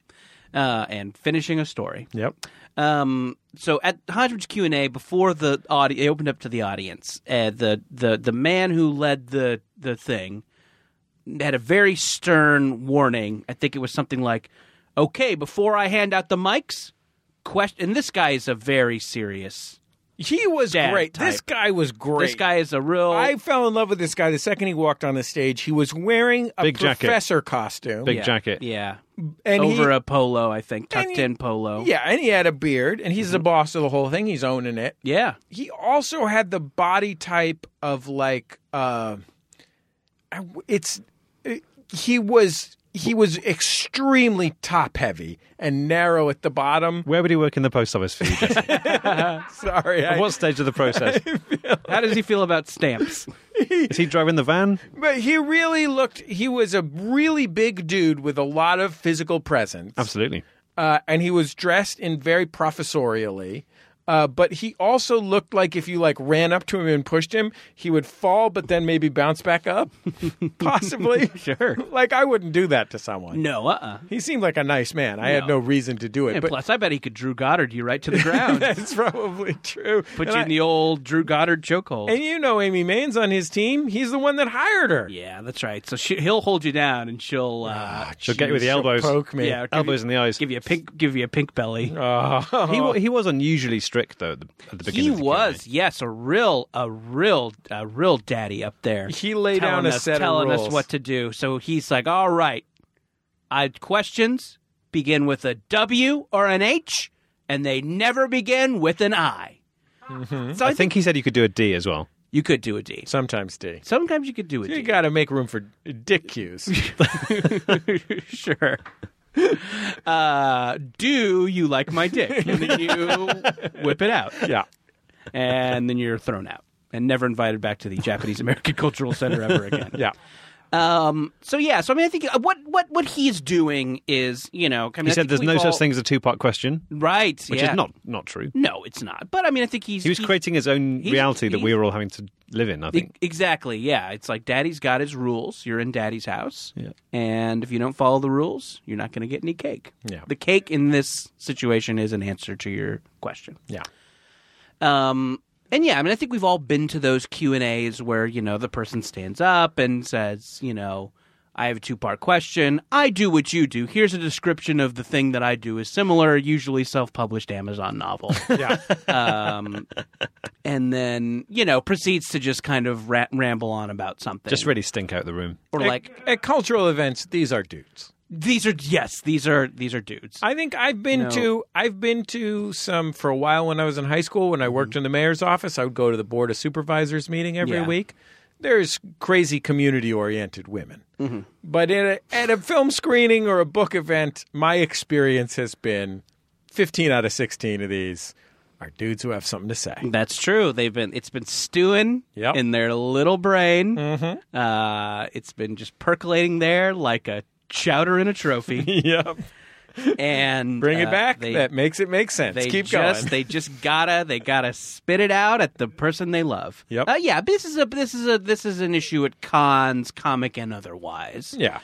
Speaker 3: uh, and finishing a story.
Speaker 2: Yep.
Speaker 3: Um, so at Hodgman's Q and A, before the audi- it opened up to the audience, uh, the the the man who led the the thing had a very stern warning. I think it was something like, "Okay, before I hand out the mics, question." And this guy is a very serious.
Speaker 2: He was
Speaker 3: Dad
Speaker 2: great. This
Speaker 3: type.
Speaker 2: guy was great.
Speaker 3: This guy is a real.
Speaker 2: I fell in love with this guy the second he walked on the stage. He was wearing a
Speaker 4: Big jacket.
Speaker 2: professor costume.
Speaker 4: Big
Speaker 3: yeah,
Speaker 4: jacket.
Speaker 3: yeah,
Speaker 2: and he-
Speaker 3: over a polo, I think,
Speaker 2: and
Speaker 3: tucked
Speaker 2: he-
Speaker 3: in polo.
Speaker 2: Yeah, and he had a beard, and he's
Speaker 3: Mm-hmm.
Speaker 2: the boss of the whole thing. He's owning it.
Speaker 3: yeah.
Speaker 2: He also had the body type of like, uh, I- it's it- he was he was extremely top heavy and narrow at the bottom.
Speaker 4: Where would he work in the post office for you? Jesse?
Speaker 2: Sorry, I,
Speaker 4: At what stage of the process?
Speaker 3: How does he feel about stamps?
Speaker 4: Is he driving the van?
Speaker 2: but he really looked. He was a really big dude with a lot of physical presence.
Speaker 4: Absolutely.
Speaker 2: uh, and he was dressed in very professorially. Uh, but he also looked like if you like ran up to him and pushed him, he would fall, but then maybe bounce back up, possibly. sure. Like I wouldn't do that to someone.
Speaker 3: no, uh, uh
Speaker 2: He seemed like a nice man. I had no reason to do it,
Speaker 3: And
Speaker 2: but
Speaker 3: plus, I bet he could Drew Goddard you right to the ground.
Speaker 2: that's probably true.
Speaker 3: Put
Speaker 2: and
Speaker 3: you
Speaker 2: I-
Speaker 3: in the old Drew Goddard chokehold.
Speaker 2: and you know Amy Main's on his team. He's the one that hired her.
Speaker 3: yeah, that's right. So she, he'll hold you down, and she'll
Speaker 2: Ah,
Speaker 3: uh,
Speaker 4: She'll get you with the
Speaker 2: She'll
Speaker 4: elbows.
Speaker 2: Poke me.
Speaker 3: yeah, give
Speaker 4: Elbows
Speaker 3: you,
Speaker 4: in the eyes.
Speaker 3: give you a pink, give you a pink belly.
Speaker 2: Oh,
Speaker 4: He, wa- he was unusually strict though at the, at the beginning.
Speaker 3: he
Speaker 4: of the
Speaker 3: was,
Speaker 4: Q&A.
Speaker 3: yes, a real, a real, a real daddy up there.
Speaker 2: He laid
Speaker 3: telling
Speaker 2: down a
Speaker 3: us,
Speaker 2: set of
Speaker 3: telling us
Speaker 2: rules.
Speaker 3: what to do. So he's like, "All right, I questions begin with a W or an H, and they never begin with an I." So I,
Speaker 4: I think he said you could do a D as well.
Speaker 3: you could do a D.
Speaker 2: Sometimes D.
Speaker 3: Sometimes you could do a D.
Speaker 2: You got to make room for dick cues.
Speaker 3: sure. Uh, do you like my dick? And then you whip it out,
Speaker 2: yeah.
Speaker 3: and then you're thrown out and never invited back to the Japanese American Cultural Center ever again.
Speaker 2: Yeah.
Speaker 3: Um. So yeah. So I mean, I think uh, what what what he's doing is you know. I mean,
Speaker 4: He
Speaker 3: I
Speaker 4: said
Speaker 3: think
Speaker 4: there's
Speaker 3: we've
Speaker 4: no
Speaker 3: all-
Speaker 4: such thing as a two part question,
Speaker 3: right?
Speaker 4: which
Speaker 3: yeah.
Speaker 4: is not not true.
Speaker 3: No, it's not. But I mean, I think he's
Speaker 4: He was creating his own
Speaker 3: he's-
Speaker 4: reality that
Speaker 3: he's-
Speaker 4: we were all having to live in. I
Speaker 3: E-
Speaker 4: think.
Speaker 3: Exactly. Yeah. It's like daddy's got his rules. You're in daddy's house. And if you don't follow the rules, you're not going to get any cake.
Speaker 2: Yeah.
Speaker 3: The cake in this situation is an answer to your question.
Speaker 2: Yeah.
Speaker 3: Um and yeah, I mean I think we've all been to those Q&As where, you know, the person stands up and says, you know, I have a two-part question. I do what you do. Here's a description of the thing that I do is similar, usually self-published Amazon novel.
Speaker 2: Yeah.
Speaker 3: um, and then you know proceeds to just kind of ra- ramble on about something.
Speaker 4: Just really stink out the room.
Speaker 3: or
Speaker 2: At-
Speaker 3: like
Speaker 2: at, cultural events, these are dudes.
Speaker 3: these are yes, these are these are dudes.
Speaker 2: I think I've been
Speaker 3: No.
Speaker 2: to I've been to some for a while when I was in high school when I worked in the mayor's office. I would go to the board of supervisors meeting every
Speaker 3: Mm-hmm. Yeah.
Speaker 2: week. There's crazy community oriented women,
Speaker 3: Mm-hmm.
Speaker 2: but at a, at a film screening or a book event, my experience has been 15 out of 16 of these are dudes who have something to say.
Speaker 3: That's true. They've been it's been stewing
Speaker 2: Yep.
Speaker 3: in their little brain. Uh, it's been just percolating there like a chowder in a trophy.
Speaker 2: yep,
Speaker 3: and
Speaker 2: bring
Speaker 3: uh,
Speaker 2: it back.
Speaker 3: They,
Speaker 2: that makes it make sense.
Speaker 3: they
Speaker 2: Keep
Speaker 3: just
Speaker 2: going.
Speaker 3: they just gotta they gotta spit it out at the person they love.
Speaker 2: Yep.
Speaker 3: Uh, yeah. This is a this is a this is an issue at cons, comic and otherwise.
Speaker 2: Yeah.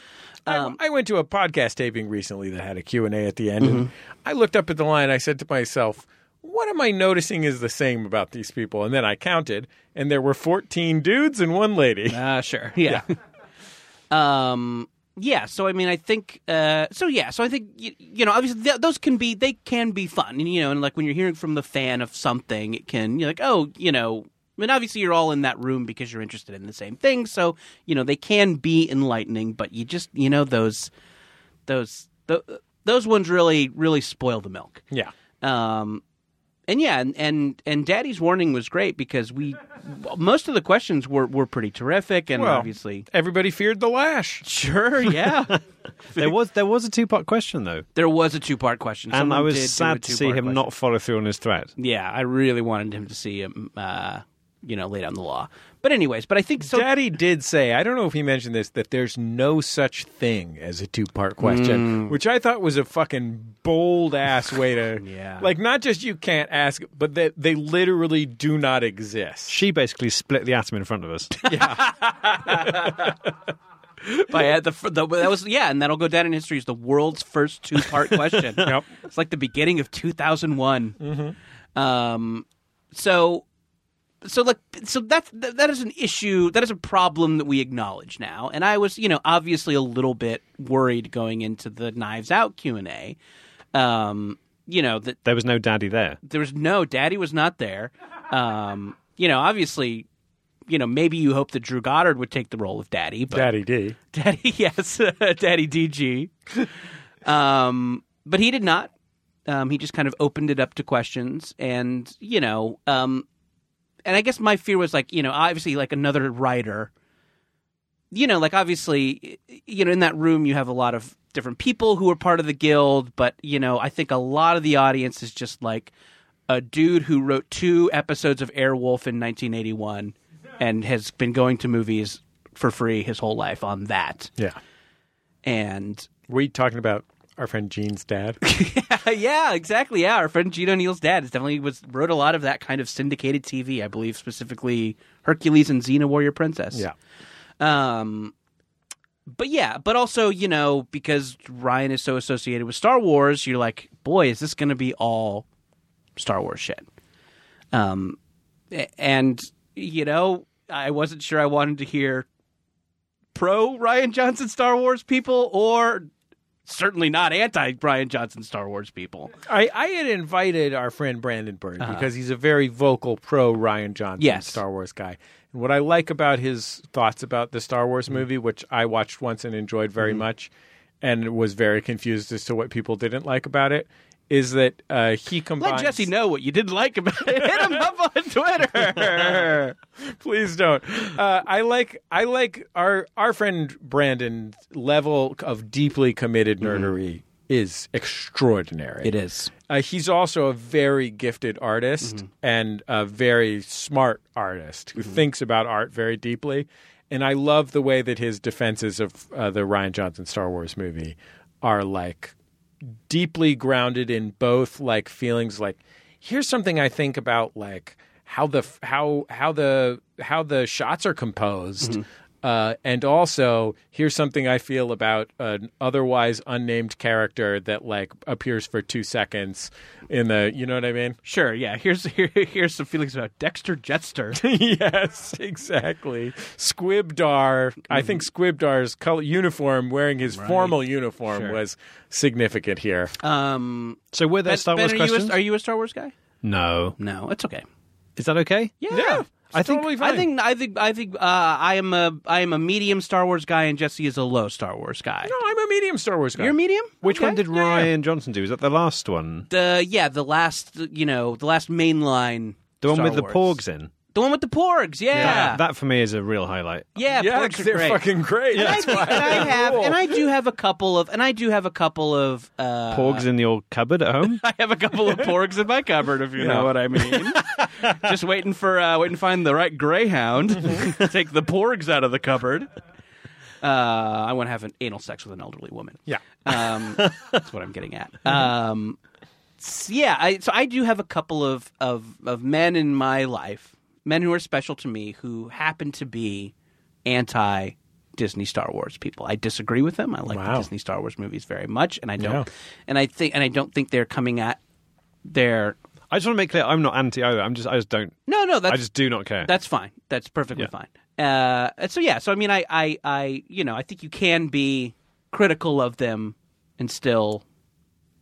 Speaker 2: I-
Speaker 3: Um,
Speaker 2: I, went to a podcast taping recently that had a Q&A at the end. And
Speaker 3: Mm-hmm.
Speaker 2: I looked up at the line. I said to myself, what am I noticing is the same about these people? And then I counted, and there were 14 dudes and one lady.
Speaker 3: Uh, sure. Yeah. um. Yeah. So I mean, I think. Uh. So yeah. So I think you, you know, obviously th- those can be they can be fun, and you know, and like when you're hearing from the fan of something, it can you're like, oh, you know. I mean, obviously, you're all in that room because you're interested in the same thing. So, you know, they can be enlightening, but you just, you know, those, those, th- those ones really, really spoil the milk.
Speaker 2: Yeah.
Speaker 3: Um, and yeah, and, and and Daddy's warning was great because we most of the questions were were pretty terrific, and
Speaker 2: Well,
Speaker 3: obviously,
Speaker 2: Everybody feared the lash.
Speaker 3: sure, yeah,
Speaker 4: There was there was a two part question though,
Speaker 3: there was a two part question,
Speaker 4: and
Speaker 3: Someone
Speaker 4: I
Speaker 3: did do a
Speaker 4: was sad to see
Speaker 3: two-part
Speaker 4: him
Speaker 3: question.
Speaker 4: not follow through on his threat.
Speaker 3: Yeah, I really wanted him to see him. Uh, you know laid out in the law. But anyways, but I think so.
Speaker 2: Daddy did say, I don't know if he mentioned this, that there's no such thing as a two part
Speaker 3: Mm.
Speaker 2: question, which I thought was a fucking bold ass way to.
Speaker 3: Yeah.
Speaker 2: Like, not just you can't ask, but that they literally do not exist.
Speaker 4: She basically split the atom in front of us.
Speaker 3: By uh, the, fir- the that was yeah, and that'll go down in history as the world's first two part question.
Speaker 2: Yep.
Speaker 3: It's like the beginning of two Um, so, so like so that's that, that is an issue that is a problem that we acknowledge now. And I was you know obviously a little bit worried going into the Knives Out Q and A. Um, you know that
Speaker 4: there was no daddy there.
Speaker 3: there was no daddy was not there. Um, you know obviously. You know, maybe you hope that Drew Goddard would take the role of daddy, but
Speaker 2: D.
Speaker 3: Daddy, yes, Daddy DG. Um, but he did not. Um, he just kind of opened it up to questions, and you know, um, and I guess my fear was like, you know, obviously, like another writer, you know, like obviously, you know, in that room you have a lot of different people who are part of the guild, but you know, I think a lot of the audience is just like a dude who wrote two episodes of Airwolf in 1981 and has been going to movies for free his whole life on that.
Speaker 2: Yeah.
Speaker 3: And
Speaker 2: Were you talking about our friend Gene's dad?
Speaker 3: yeah, exactly. Yeah, our friend Gene O'Neill's dad is definitely was wrote a lot of that kind of syndicated TV, I believe, specifically Hercules and Xena Warrior Princess. Um, but yeah, but also you know because Ryan is so associated with Star Wars, you're like, boy, is this going to be all Star Wars shit? Um, a- and you know, I wasn't sure I wanted to hear pro Ryan Johnson Star Wars people or certainly not anti Ryan Johnson Star Wars people.
Speaker 2: I, I had invited our friend Brandon Byrne because he's a very vocal pro Ryan Johnson
Speaker 3: Uh-huh. Yes.
Speaker 2: Star Wars guy. And what I like about his thoughts about the Star
Speaker 3: Mm-hmm.
Speaker 2: Wars movie, which I watched once and enjoyed very much, and was very confused as to what people didn't like about it, is that uh, he
Speaker 3: Let
Speaker 2: combines.
Speaker 3: Jesse know what you didn't like about it. Hit him up on Twitter.
Speaker 2: Please don't. Uh, I like I like our our friend Brandon's level of deeply committed nerdery is extraordinary.
Speaker 3: Mm-hmm. is.
Speaker 2: Uh, he's also a very gifted artist and a very smart artist who thinks about art very deeply. And I love the way that his defenses of uh, the Ryan Johnson Star Wars movie are like deeply grounded in both like feelings like here's something I think about like how the f- how how the how the shots are composed. Uh, and also, here's something I feel about an otherwise unnamed character that like appears for two seconds in the, you know what I mean?
Speaker 3: Sure, yeah. Here's here, here's some feelings about Dexter Jetster.
Speaker 2: yes, exactly. Squibdar, I think Squibdar's color uniform, wearing his formal uniform, was significant here.
Speaker 3: Um,
Speaker 4: So were there
Speaker 3: Ben-
Speaker 4: Star Wars
Speaker 3: ben, are, you
Speaker 4: questions?
Speaker 3: a, are you a Star Wars guy?
Speaker 4: No.
Speaker 3: No, it's okay.
Speaker 4: Is that okay?
Speaker 3: Yeah,
Speaker 4: I think
Speaker 2: totally fine.
Speaker 3: I think I think I think uh, I am a I am a medium Star Wars guy, and Jesse is a low Star Wars guy.
Speaker 2: no, Oh, I'm a medium Star Wars guy.
Speaker 3: You're medium.
Speaker 4: Which
Speaker 3: Okay.
Speaker 4: one did Ryan Johnson do? Was that the last one?
Speaker 3: The yeah, the last you know the last mainline.
Speaker 4: The one
Speaker 3: Star
Speaker 4: with the
Speaker 3: Wars.
Speaker 4: porgs in?
Speaker 3: The one with the porgs. Yeah, yeah.
Speaker 4: That, that for me is a real highlight.
Speaker 2: yeah,
Speaker 3: porgs are
Speaker 2: they're
Speaker 3: great.
Speaker 2: fucking great.
Speaker 3: And I,
Speaker 2: That's
Speaker 3: think,
Speaker 2: why
Speaker 3: and I
Speaker 2: they're
Speaker 3: have,
Speaker 2: cool.
Speaker 3: and I do have a couple of, and I do have a couple of uh,
Speaker 4: Porgs in your cupboard at home?
Speaker 3: I have a couple of porgs in my cupboard, if you
Speaker 4: Yeah.
Speaker 3: know what I mean. Just waiting for uh, waiting to find the right greyhound
Speaker 4: Mm-hmm.
Speaker 3: to take the porgs out of the cupboard. Uh, I want to have an anal sex with an elderly woman.
Speaker 2: Yeah.
Speaker 3: um, that's what I'm getting at. Um, s- yeah, I, so I do have a couple of, of of men in my life, men who are special to me, who happen to be anti Disney Star Wars people. I disagree with them. I like
Speaker 2: Wow.
Speaker 3: the Disney Star Wars movies very much, and I don't,
Speaker 2: Yeah.
Speaker 3: and I think, and I don't think they're coming at their
Speaker 4: I just want to make clear I'm not anti either. I'm just I just don't
Speaker 3: no, no. That's
Speaker 4: I just do not care.
Speaker 3: that's fine. That's perfectly fine. Uh, and so yeah, so I mean, I, I, I, you know, I think you can be critical of them and still,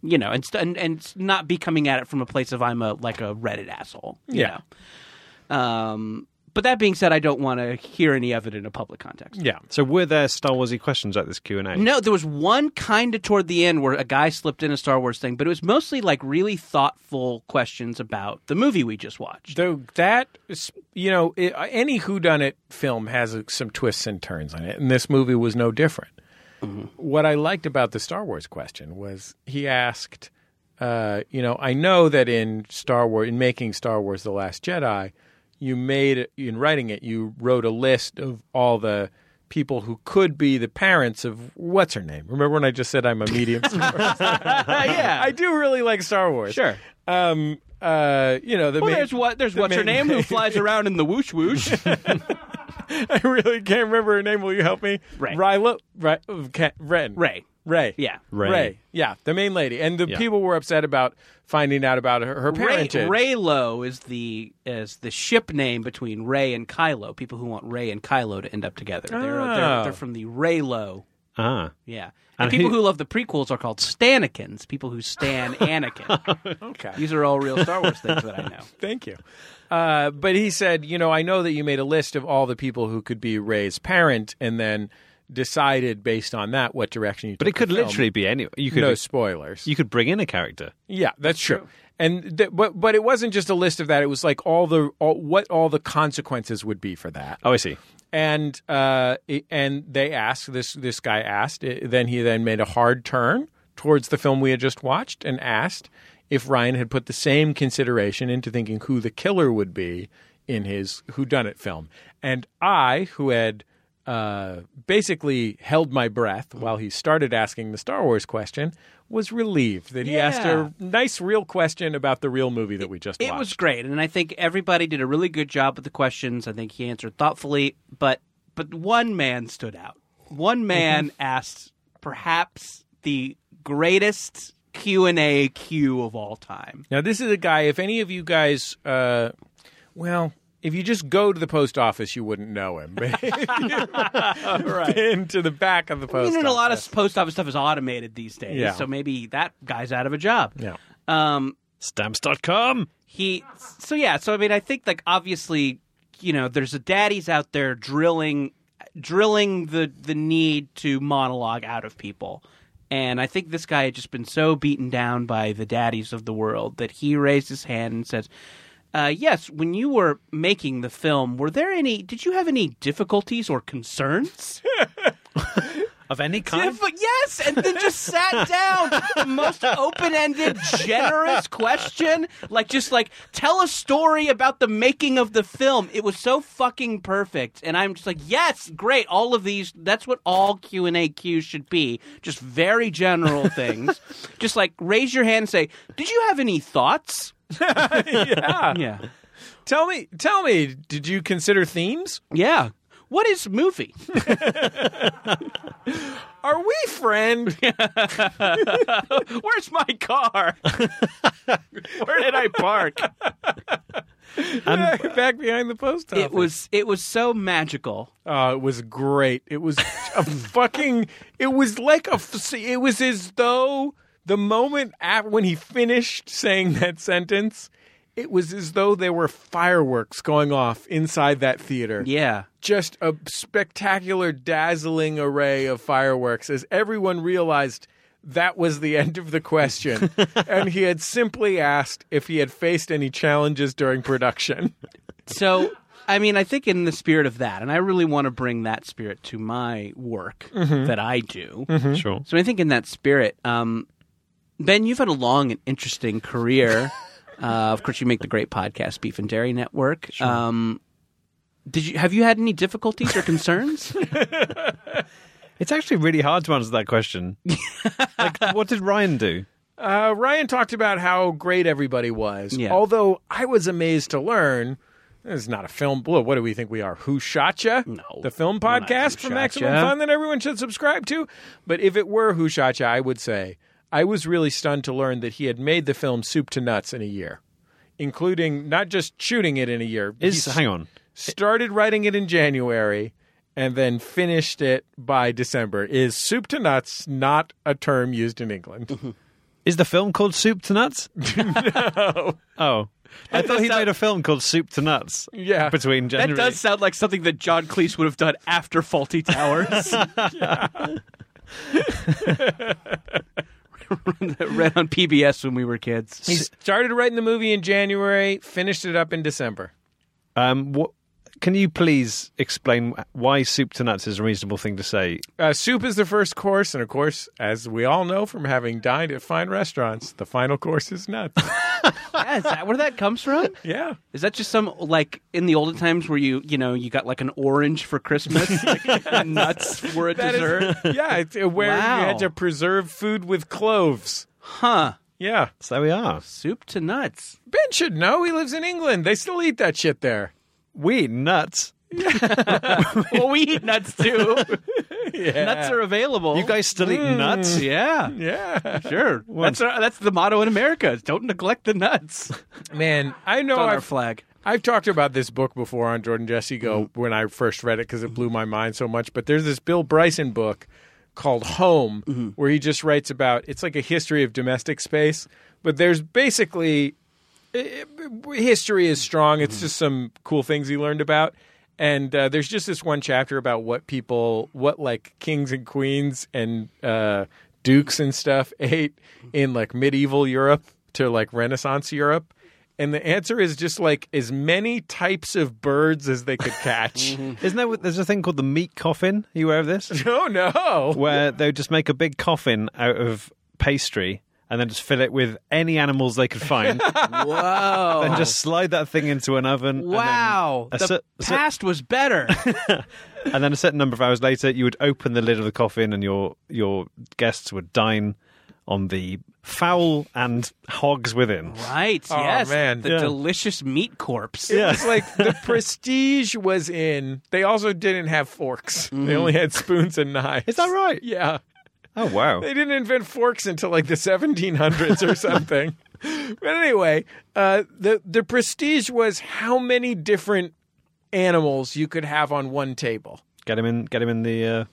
Speaker 3: you know, and st- and, and not be coming at it from a place of I'm a like a Reddit asshole. you
Speaker 2: Yeah.
Speaker 3: know? Um, but that being said, I don't want to hear any of it in a public context.
Speaker 2: yeah.
Speaker 4: So were there Star Warsy questions at this Q and A?
Speaker 3: No, there was one kind of toward the end where a guy slipped in a Star Wars thing, but it was mostly like really thoughtful questions about the movie we just watched.
Speaker 2: Though that is- you know, it, any whodunit film has uh, some twists and turns on it, and this movie was no different.
Speaker 3: Mm-hmm.
Speaker 2: What I liked about the Star Wars question was he asked, uh, you know, I know that in Star Wars, in making Star Wars: The Last Jedi, you made in writing it, you wrote a list of all the people who could be the parents of what's her name. Remember when I just said I'm a medium?
Speaker 3: yeah,
Speaker 2: I do really like Star Wars.
Speaker 3: sure.
Speaker 2: Um, uh, you know the
Speaker 3: Well,
Speaker 2: main-
Speaker 3: there's what there's what's her
Speaker 2: main-
Speaker 3: name who flies around in the whoosh whoosh.
Speaker 2: I really can't remember her name. Will you help me?
Speaker 3: Ray.
Speaker 2: Ryla. Ry, okay, Ren.
Speaker 3: Ray.
Speaker 2: Ray.
Speaker 3: Yeah.
Speaker 2: Ray.
Speaker 4: Ray.
Speaker 2: Yeah, the main lady, and the
Speaker 4: Yeah.
Speaker 2: people were upset about finding out about her, her
Speaker 3: Ray,
Speaker 2: parentage.
Speaker 3: Raylo is the is the ship name between Ray and Kylo. People who want Ray and Kylo to end up together. They're,
Speaker 2: Oh.
Speaker 3: they're, they're from the Raylo.
Speaker 4: Ah.
Speaker 3: Yeah. And
Speaker 4: And
Speaker 3: people
Speaker 4: who-
Speaker 3: who love the prequels are called Stanikins, people who stan Anakin.
Speaker 2: Okay.
Speaker 3: These are all real Star Wars things that I know.
Speaker 2: Thank you. Uh, but he said, you know, I know that you made a list of all the people who could be Ray's parent, and then decided based on that what direction you.
Speaker 4: But it could literally be any. You could
Speaker 2: no spoilers.
Speaker 4: you could bring in a character.
Speaker 2: Yeah, that's true. And th- but but it wasn't just a list of that. It was like all the all, what all the consequences would be for that.
Speaker 4: Oh, I see.
Speaker 2: And uh, i- and they asked this this guy asked. i- Then he then made a hard turn towards the film we had just watched and asked if Ryan had put the same consideration into thinking who the killer would be in his Who Done It film. And I, who had uh, basically held my breath while he started asking the Star Wars question, was relieved that he asked
Speaker 3: Yeah.
Speaker 2: a nice real question about the real movie that we just
Speaker 3: It
Speaker 2: watched.
Speaker 3: was great, and I think everybody did a really good job with the questions. I think he answered thoughtfully, but but one man stood out.
Speaker 2: Mm-hmm.
Speaker 3: One man asked perhaps the greatest Q and A Q of all time.
Speaker 2: Now, this is a guy, if any of you guys, uh, well, if you just go to the post office, you wouldn't know him. But right. into the back of the
Speaker 3: I
Speaker 2: post
Speaker 3: mean, and
Speaker 2: office.
Speaker 3: a lot of post office stuff is automated these days,
Speaker 2: Yeah.
Speaker 3: so maybe that guy's out of a job.
Speaker 2: Yeah.
Speaker 3: Um,
Speaker 4: Stamps.com.
Speaker 3: he so yeah so i mean i think like obviously you know there's a daddies out there drilling drilling the the need to monologue out of people and i think this guy had just been so beaten down by the daddies of the world that he raised his hand and says uh, yes when you were making the film were there any did you have any difficulties or concerns
Speaker 4: Of any kind.
Speaker 3: but yes, and then just sat down. The most open-ended, generous question, like just like tell a story about the making of the film. It was so fucking perfect, and I'm just like, yes, great. All of these. That's what all Q and A Q should be. Just very general things. just like raise your hand, and say, did you have any thoughts?
Speaker 2: yeah.
Speaker 3: Yeah,
Speaker 2: Tell me, tell me, did you consider themes?
Speaker 3: yeah. What is movie?
Speaker 2: Are we friend?
Speaker 3: Where's my car? Where did I park?
Speaker 2: back behind the post office.
Speaker 3: It was it was so magical.
Speaker 2: Oh, it was great. It was a fucking. It was like a. f- It was as though the moment at when he finished saying that sentence, it was as though there were fireworks going off inside that theater.
Speaker 3: Yeah.
Speaker 2: Just a spectacular, dazzling array of fireworks as everyone realized that was the end of the question. and he had simply asked if he had faced any challenges during production.
Speaker 3: So, I mean, I think in the spirit of that, and I really want to bring that spirit to my work that I do.
Speaker 4: Sure.
Speaker 3: So, I think in that spirit, um, Ben, you've had a long and interesting career. uh, of course, you make the great podcast Beef and Dairy Network. Um, did you have you had any difficulties or concerns?
Speaker 4: It's actually really hard to answer that question. like, what did Ryan do?
Speaker 2: Uh, Ryan talked about how great everybody was.
Speaker 3: Yeah.
Speaker 2: Although I was amazed to learn this is not a film. Well, what do we think we are? Who shot ya? No, the film
Speaker 3: we're not
Speaker 2: podcast
Speaker 3: Who
Speaker 2: from
Speaker 3: Shot
Speaker 2: Maximum
Speaker 3: Ya.
Speaker 2: Fun that everyone should subscribe to. But if it were Who Shot Ya, I would say I was really stunned to learn that he had made the film Soup to Nuts in a year, including not just shooting it in a year.
Speaker 4: Is
Speaker 2: he
Speaker 4: hang on.
Speaker 2: started writing it in January and then finished it by December. Is soup to nuts not a term used in England?
Speaker 4: Is the film called Soup to Nuts? no. Oh. I thought he made a film called Soup to Nuts.
Speaker 2: Yeah.
Speaker 4: Between January.
Speaker 3: sound like something that John Cleese would have done after Faulty Towers. Read on PBS when we were kids.
Speaker 2: He started writing the movie in January, finished it up in December.
Speaker 4: Um, what, can you please explain why soup to nuts is a reasonable thing to say?
Speaker 2: Uh, soup is the first course, and of course, as we all know from having dined at fine restaurants, the final course is nuts.
Speaker 3: yeah, is that where that comes from?
Speaker 2: yeah.
Speaker 3: Is that just some like in the olden times where you you know you got like an orange for Christmas, like, nuts were a
Speaker 2: That is-
Speaker 3: dessert,
Speaker 2: yeah, it's, uh, where you
Speaker 3: Wow.
Speaker 2: had to preserve food with cloves.
Speaker 3: huh?
Speaker 2: Yeah.
Speaker 4: So we are.
Speaker 3: Soup to nuts.
Speaker 2: Ben should know. He lives in England. They still eat that shit there.
Speaker 4: We nuts.
Speaker 3: well, we eat nuts too. Nuts are available.
Speaker 4: You guys still eat nuts?
Speaker 3: yeah,
Speaker 2: Yeah.
Speaker 3: sure. That's our, that's the motto in America: is don't neglect the nuts. It's
Speaker 2: Man, I know
Speaker 3: on our
Speaker 2: I've,
Speaker 3: flag.
Speaker 2: I've talked about this book before on Jordan Jesse Go when I first read it because it blew my mind so much. But there's this Bill Bryson book called Home where he just writes about it's like a history of domestic space, but there's basically i- i- history is strong.
Speaker 4: Mm-hmm.
Speaker 2: It's just some cool things he learned about. And uh, there's just this one chapter about what people, what like kings and queens and uh, dukes and stuff ate in like medieval Europe to like Renaissance Europe. And the answer is just like as many types of birds as they could catch.
Speaker 4: Isn't there? There's a thing called the meat coffin. Are you aware of this?
Speaker 2: oh no.
Speaker 4: Where they would just make a big coffin out of pastry and then just fill it with any animals they could find,
Speaker 3: Whoa!
Speaker 4: and just slide that thing into an oven. and then-
Speaker 3: wow,
Speaker 4: a
Speaker 3: the
Speaker 4: cer- a cer-
Speaker 3: past was better.
Speaker 4: And then, a certain number of hours later, you would open the lid of the coffin, and your your guests would dine on the fowl and hogs within.
Speaker 3: right?
Speaker 2: Oh,
Speaker 3: yes,
Speaker 2: man.
Speaker 3: the
Speaker 2: Yeah.
Speaker 3: delicious meat corpse.
Speaker 2: It was like the prestige was in. They also didn't have forks. They only had spoons and knives.
Speaker 4: Mm-hmm. Is that right?
Speaker 2: Yeah.
Speaker 4: Oh wow!
Speaker 2: They didn't invent forks until like the 1700s or something. but anyway, uh, the the prestige was how many different animals you could have on one table.
Speaker 4: Get him in. Get him in the uh,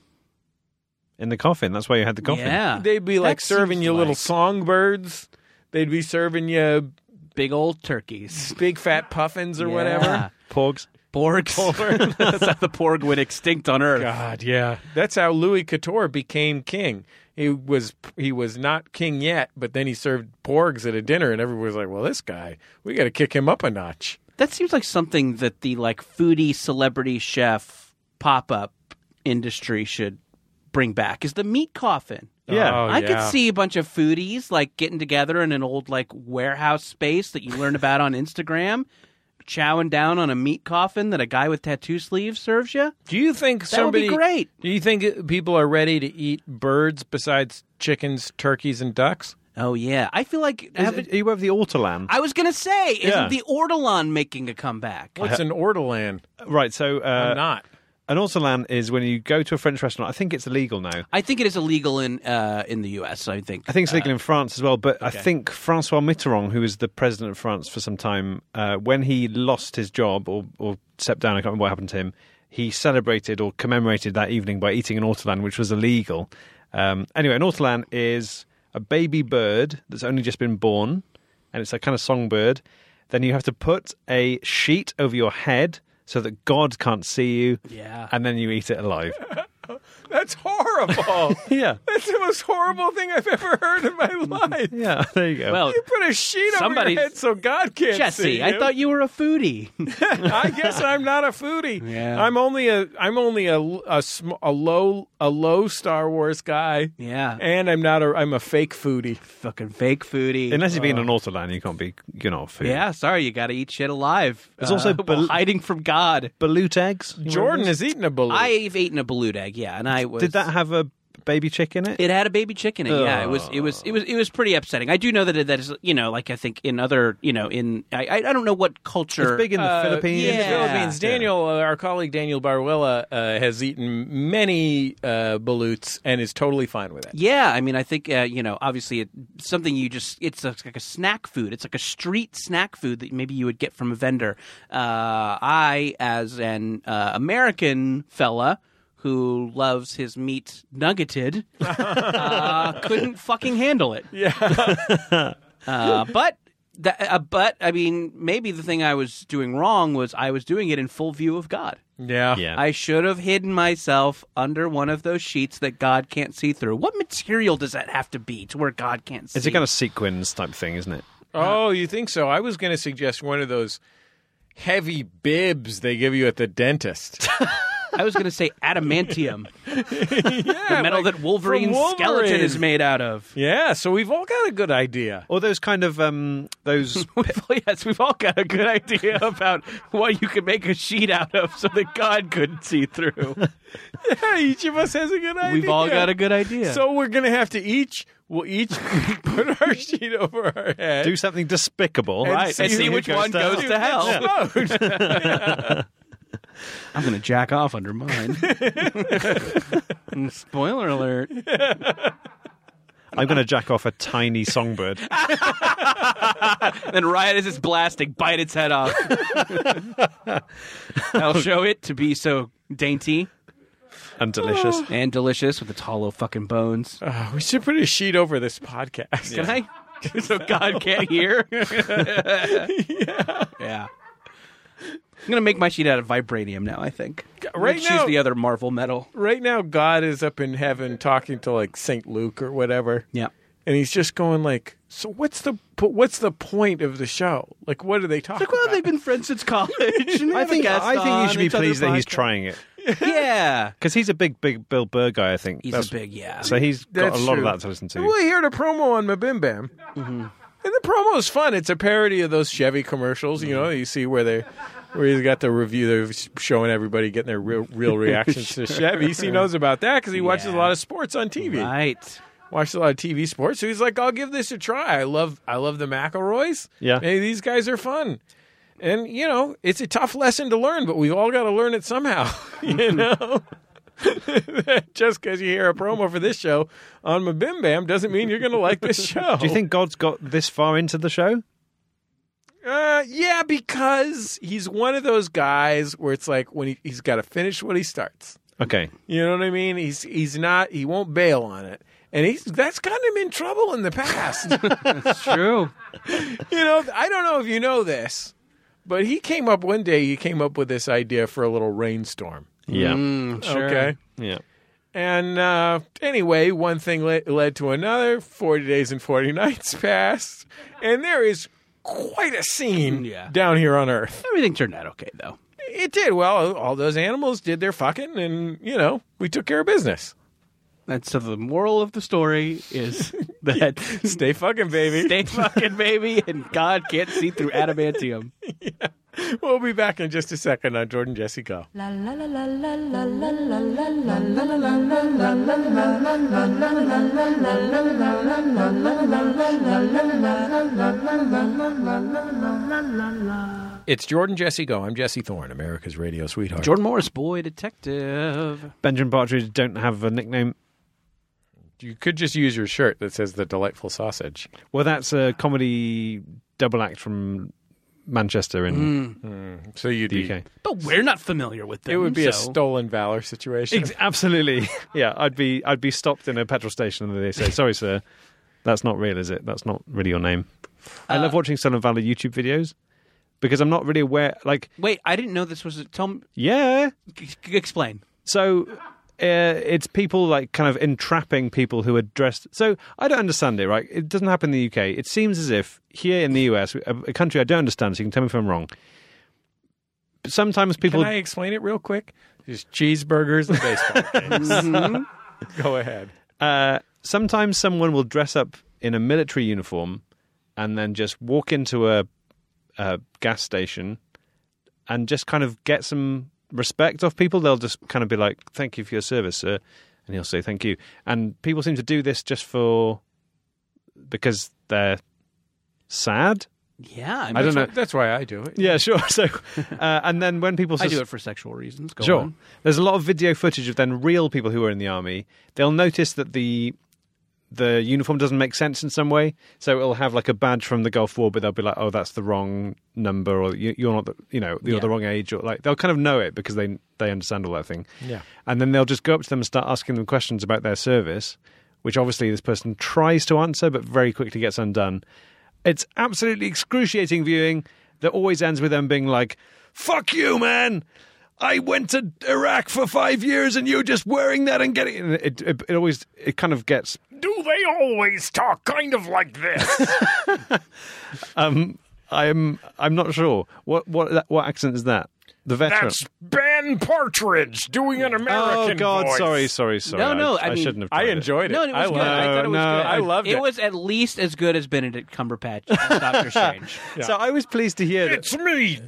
Speaker 4: in the coffin. That's why you had the coffin.
Speaker 3: Yeah,
Speaker 2: They'd be like
Speaker 3: That
Speaker 2: serving
Speaker 3: seems
Speaker 2: you little
Speaker 3: like-
Speaker 2: songbirds. They'd be serving you
Speaker 3: big old turkeys
Speaker 2: big fat puffins or
Speaker 3: Yeah.
Speaker 2: whatever.
Speaker 4: Porgs.
Speaker 3: Porgs. That's how the porg went extinct on Earth.
Speaker 2: God, yeah. That's how Louis Couture became king. He was he was not king yet, but then he served porgs at a dinner, and everyone was like, "Well, this guy, we got to kick him up a notch."
Speaker 3: That seems like something that the like foodie celebrity chef pop up industry should bring back is the meat coffin.
Speaker 4: Yeah.
Speaker 2: Oh,
Speaker 3: I
Speaker 2: yeah.
Speaker 3: could see a bunch of foodies like getting together in an old like warehouse space that you learn about on Instagram, chowing down on a meat coffin that a guy with tattoo sleeves serves you.
Speaker 2: Do you think
Speaker 3: That would be
Speaker 2: somebody?
Speaker 3: great.
Speaker 2: Do you think people are ready to eat birds besides chickens, turkeys, and ducks?
Speaker 3: Oh yeah, I feel like
Speaker 4: Is
Speaker 3: have
Speaker 4: it- are you aware of the Autolan?
Speaker 3: I was gonna say,
Speaker 4: Yeah.
Speaker 3: isn't the ortolan making a comeback?
Speaker 2: What's an ortolan?
Speaker 4: right. So uh,
Speaker 2: I'm not.
Speaker 4: an Autolan is when you go to a French restaurant. I think it's illegal now.
Speaker 3: I think it is illegal in uh, in the U.S. I think.
Speaker 4: I think it's legal in France as well, but I think Francois Mitterrand, who was the president of France for some time, uh, when he lost his job or, or stepped down, I can't remember what happened to him, he celebrated or commemorated that evening by eating an ortolan, which was illegal. Um, anyway, an ortolan is a baby bird that's only just been born, and it's a kind of songbird. Then you have to put a sheet over your head so that God can't see you,
Speaker 3: Yeah.
Speaker 4: and then you eat it alive.
Speaker 2: That's horrible.
Speaker 4: yeah,
Speaker 2: That's the most horrible thing I've ever heard in my life.
Speaker 4: yeah, there you go.
Speaker 3: Well,
Speaker 2: You put a sheet over
Speaker 3: Somebody's-
Speaker 2: your head so God can't see.
Speaker 3: Jesse, I
Speaker 2: you.
Speaker 3: thought you were a foodie.
Speaker 2: I guess I'm not a foodie.
Speaker 3: Yeah.
Speaker 2: I'm only a I'm only a a, sm- a low a low Star Wars guy.
Speaker 3: yeah,
Speaker 2: And I'm not a I'm a fake foodie.
Speaker 3: fucking fake foodie.
Speaker 4: Unless you've been on Autolan, you can't be, you know, food.
Speaker 3: yeah, sorry, you got to eat shit alive.
Speaker 4: There's also
Speaker 3: while
Speaker 4: bal-
Speaker 3: hiding from God.
Speaker 4: balut eggs. You
Speaker 2: Jordan
Speaker 4: remember
Speaker 2: has eaten a balloon.
Speaker 3: I've eaten a balut egg, yeah, and I
Speaker 4: this?
Speaker 3: was.
Speaker 4: Did that have a baby chick in it?
Speaker 3: It had a baby chicken in it. Yeah, it was it was it was it was pretty upsetting. I do know that it, that is you know like I think in other you know in I I I don't know what culture
Speaker 4: it's big in the
Speaker 2: Uh,
Speaker 4: Philippines.
Speaker 2: In the
Speaker 3: yeah.
Speaker 2: Philippines, Daniel, uh, our colleague Daniel Baruela, uh, has eaten many uh, balutes and is totally fine with it.
Speaker 3: Yeah, I mean, I think uh, you know, obviously, it, something you just—it's like a snack food. It's like a street snack food that maybe you would get from a vendor. Uh, I, as an uh, American fella who loves his meat nuggeted, uh, couldn't fucking handle it. Yeah, uh, but. That, uh, but I mean, maybe the thing I was doing wrong was I was doing it in full view of God.
Speaker 2: Yeah.
Speaker 4: Yeah.
Speaker 3: I should have hidden myself under one of those sheets that God can't see through. What material does that have to be to where God can't see?
Speaker 4: It's a kind of sequins type thing, isn't it?
Speaker 2: Oh, you think so? I was going to suggest one of those heavy bibs they give you at the dentist.
Speaker 3: I was going to say adamantium, the metal that Wolverine's
Speaker 2: from
Speaker 3: skeleton
Speaker 2: Wolverine.
Speaker 3: is made out of.
Speaker 2: yeah, so we've all got a good idea.
Speaker 4: Or those kind of um, those
Speaker 3: yes, we've all got a good idea about what you could make a sheet out of so that God couldn't see through.
Speaker 2: each of us has a good idea.
Speaker 3: We've all got a good idea.
Speaker 2: So we're gonna have to each. We'll each put our sheet over our head.
Speaker 4: do something despicable,
Speaker 3: Right, and see
Speaker 2: who
Speaker 3: which one
Speaker 2: down.
Speaker 3: goes to hell.
Speaker 2: See who gets smoked.
Speaker 3: I'm going to jack off under mine. Spoiler alert.
Speaker 4: I'm going to jack off a tiny songbird.
Speaker 3: Then riot as it's blasting, bite its head off. I'll show it to be so dainty
Speaker 4: and delicious.
Speaker 3: and delicious with its hollow fucking bones.
Speaker 2: Uh, we should put a sheet over this podcast.
Speaker 3: Can I? so God can't hear. yeah. I'm gonna make my sheet out of vibranium now. I think.
Speaker 2: right
Speaker 3: Let's
Speaker 2: now-
Speaker 3: choose the other Marvel metal.
Speaker 2: Right now, God is up in heaven talking to like Saint Luke or whatever.
Speaker 3: Yeah.
Speaker 2: and he's just going like, "So what's the po- what's the point of the show? Like, what are they talking
Speaker 3: Like, well,
Speaker 2: about?"
Speaker 3: they've been friends since college. and
Speaker 4: I
Speaker 3: have a
Speaker 4: think
Speaker 3: guest
Speaker 4: I think
Speaker 3: on
Speaker 4: you should be
Speaker 3: each other's
Speaker 4: pleased that he's
Speaker 3: podcast.
Speaker 4: trying it
Speaker 3: Yeah,
Speaker 4: because he's a big, big Bill Burr guy. I think
Speaker 3: he's
Speaker 4: That's-
Speaker 3: a big yeah.
Speaker 4: So he's got
Speaker 2: That's
Speaker 4: a lot
Speaker 2: true.
Speaker 4: of that to listen to.
Speaker 2: we heard a promo on Mabim Bam.
Speaker 3: Mm-hmm.
Speaker 2: And the promo is fun. It's a parody of those Chevy commercials. You know,
Speaker 3: Mm-hmm.
Speaker 2: you see where they, where he's got the review. They're showing everybody getting their real, real reactions to Chevy. He knows about that because he watches a
Speaker 3: Yeah.
Speaker 2: lot of sports on TV.
Speaker 3: right.
Speaker 2: Watches a lot of TV sports. So he's like, I'll give this a try. I love, I love the McElroys.
Speaker 4: Yeah.
Speaker 2: hey, these guys are fun. And you know, it's a tough lesson to learn, but we've all got to learn it somehow. you know. Just because you hear a promo for this show on Mabim Bam doesn't mean you're going to like this show.
Speaker 4: Do you think God's got this far into the show?
Speaker 2: Uh, yeah, because he's one of those guys where it's like when he, he's got to finish what he starts.
Speaker 4: Okay,
Speaker 2: You know what I mean? He's he's not he won't bail on it, and he's that's gotten him in trouble in the past.
Speaker 3: It's true.
Speaker 2: you know, I don't know if you know this, but he came up one day. He came up with this idea for a little rainstorm.
Speaker 4: yeah,
Speaker 3: Mm.
Speaker 2: Okay.
Speaker 4: yeah.
Speaker 2: And uh, anyway, one thing le- led to another. 40 days and 40 nights passed. And there is quite a scene
Speaker 3: Yeah.
Speaker 2: down here on Earth.
Speaker 3: Everything turned out okay though.
Speaker 2: It did. Well, all those animals did their fucking, and, you know, we took care of business.
Speaker 3: And so the moral of the story is that
Speaker 2: Stay fucking, baby.
Speaker 3: stay fucking baby, and God can't see through adamantium.
Speaker 2: We'll be back in just a second on Jordan Jesse Go.
Speaker 1: La la la la la la la la la la
Speaker 2: It's Jordan Jesse Go. I'm Jesse Thorne, America's radio sweetheart.
Speaker 3: Jordan Morris, boy detective.
Speaker 4: Benjamin Partridge don't have a nickname.
Speaker 2: you could just use your shirt that says the delightful sausage.
Speaker 4: Well, that's a comedy double act from Manchester
Speaker 2: Mm.
Speaker 4: in
Speaker 2: So you'd
Speaker 4: the
Speaker 2: be.
Speaker 4: UK.
Speaker 3: But we're not familiar with them.
Speaker 2: It would be a
Speaker 3: so-
Speaker 2: stolen valor situation.
Speaker 4: Ex- absolutely, yeah. I'd be I'd be stopped in a petrol station and they say, "Sorry, sir, that's not real, is it? That's not really your name." I
Speaker 2: Uh,
Speaker 4: love watching Stolen Valley YouTube videos because I'm not really aware. Like,
Speaker 3: Wait, I didn't know this was. A, tell me,
Speaker 4: yeah,
Speaker 3: c- c- explain.
Speaker 4: So uh, it's people like kind of entrapping people who are dressed. So I don't understand it, right? It doesn't happen in the UK. It seems as if here in the US, a, a country I don't understand, so you can tell me if I'm wrong. but Sometimes people.
Speaker 2: Can I explain it real quick? Just cheeseburgers and baseball games. Go ahead.
Speaker 4: Uh, sometimes someone will dress up in a military uniform and then just walk into a, a gas station and just kind of get some respect off people. They'll just kind of be like, "Thank you for your service, sir," and he'll say, "Thank you." And people seem to do this just for because they're sad.
Speaker 3: Yeah, I, mean,
Speaker 4: I don't know.
Speaker 2: That's why I do it.
Speaker 4: Yeah, sure. So, uh, and then when people
Speaker 3: I
Speaker 4: sus-
Speaker 3: do it for sexual reasons. Go
Speaker 4: sure.
Speaker 3: on.
Speaker 4: There's a lot of video footage of then real people who are in the army. They'll notice that the the uniform doesn't make sense in some way, so it'll have like a badge from the Gulf War, but they'll be like, "Oh, that's the wrong number," or "You- "You're not, the, you know, you're the
Speaker 3: Yeah.
Speaker 4: wrong age," or like they'll kind of know it because they they understand all that thing.
Speaker 2: Yeah.
Speaker 4: and then they'll just go up to them and start asking them questions about their service, which obviously this person tries to answer, but very quickly gets undone. It's absolutely excruciating viewing that always ends with them being like, "Fuck you, man." I went to Iraq for five years, and you're just wearing that and getting and it. It, it always it kind of gets
Speaker 2: Do they always talk kind of like this?
Speaker 4: Um, I'm I'm not sure. What what what accent is that? The veteran.
Speaker 2: That's Ben Partridge doing an American
Speaker 4: oh God!
Speaker 2: voice.
Speaker 4: Sorry, sorry, sorry.
Speaker 3: No, no,
Speaker 4: I,
Speaker 3: I mean-
Speaker 4: shouldn't have.
Speaker 2: I
Speaker 4: tried
Speaker 2: enjoyed it.
Speaker 3: No, it was
Speaker 2: I
Speaker 3: good.
Speaker 2: loved
Speaker 3: I thought it was
Speaker 4: No,
Speaker 3: good.
Speaker 2: I loved it.
Speaker 3: It was at least as good as Benedict Cumberbatch as Doctor Strange.
Speaker 4: it. So I was pleased to hear that.
Speaker 2: It's me,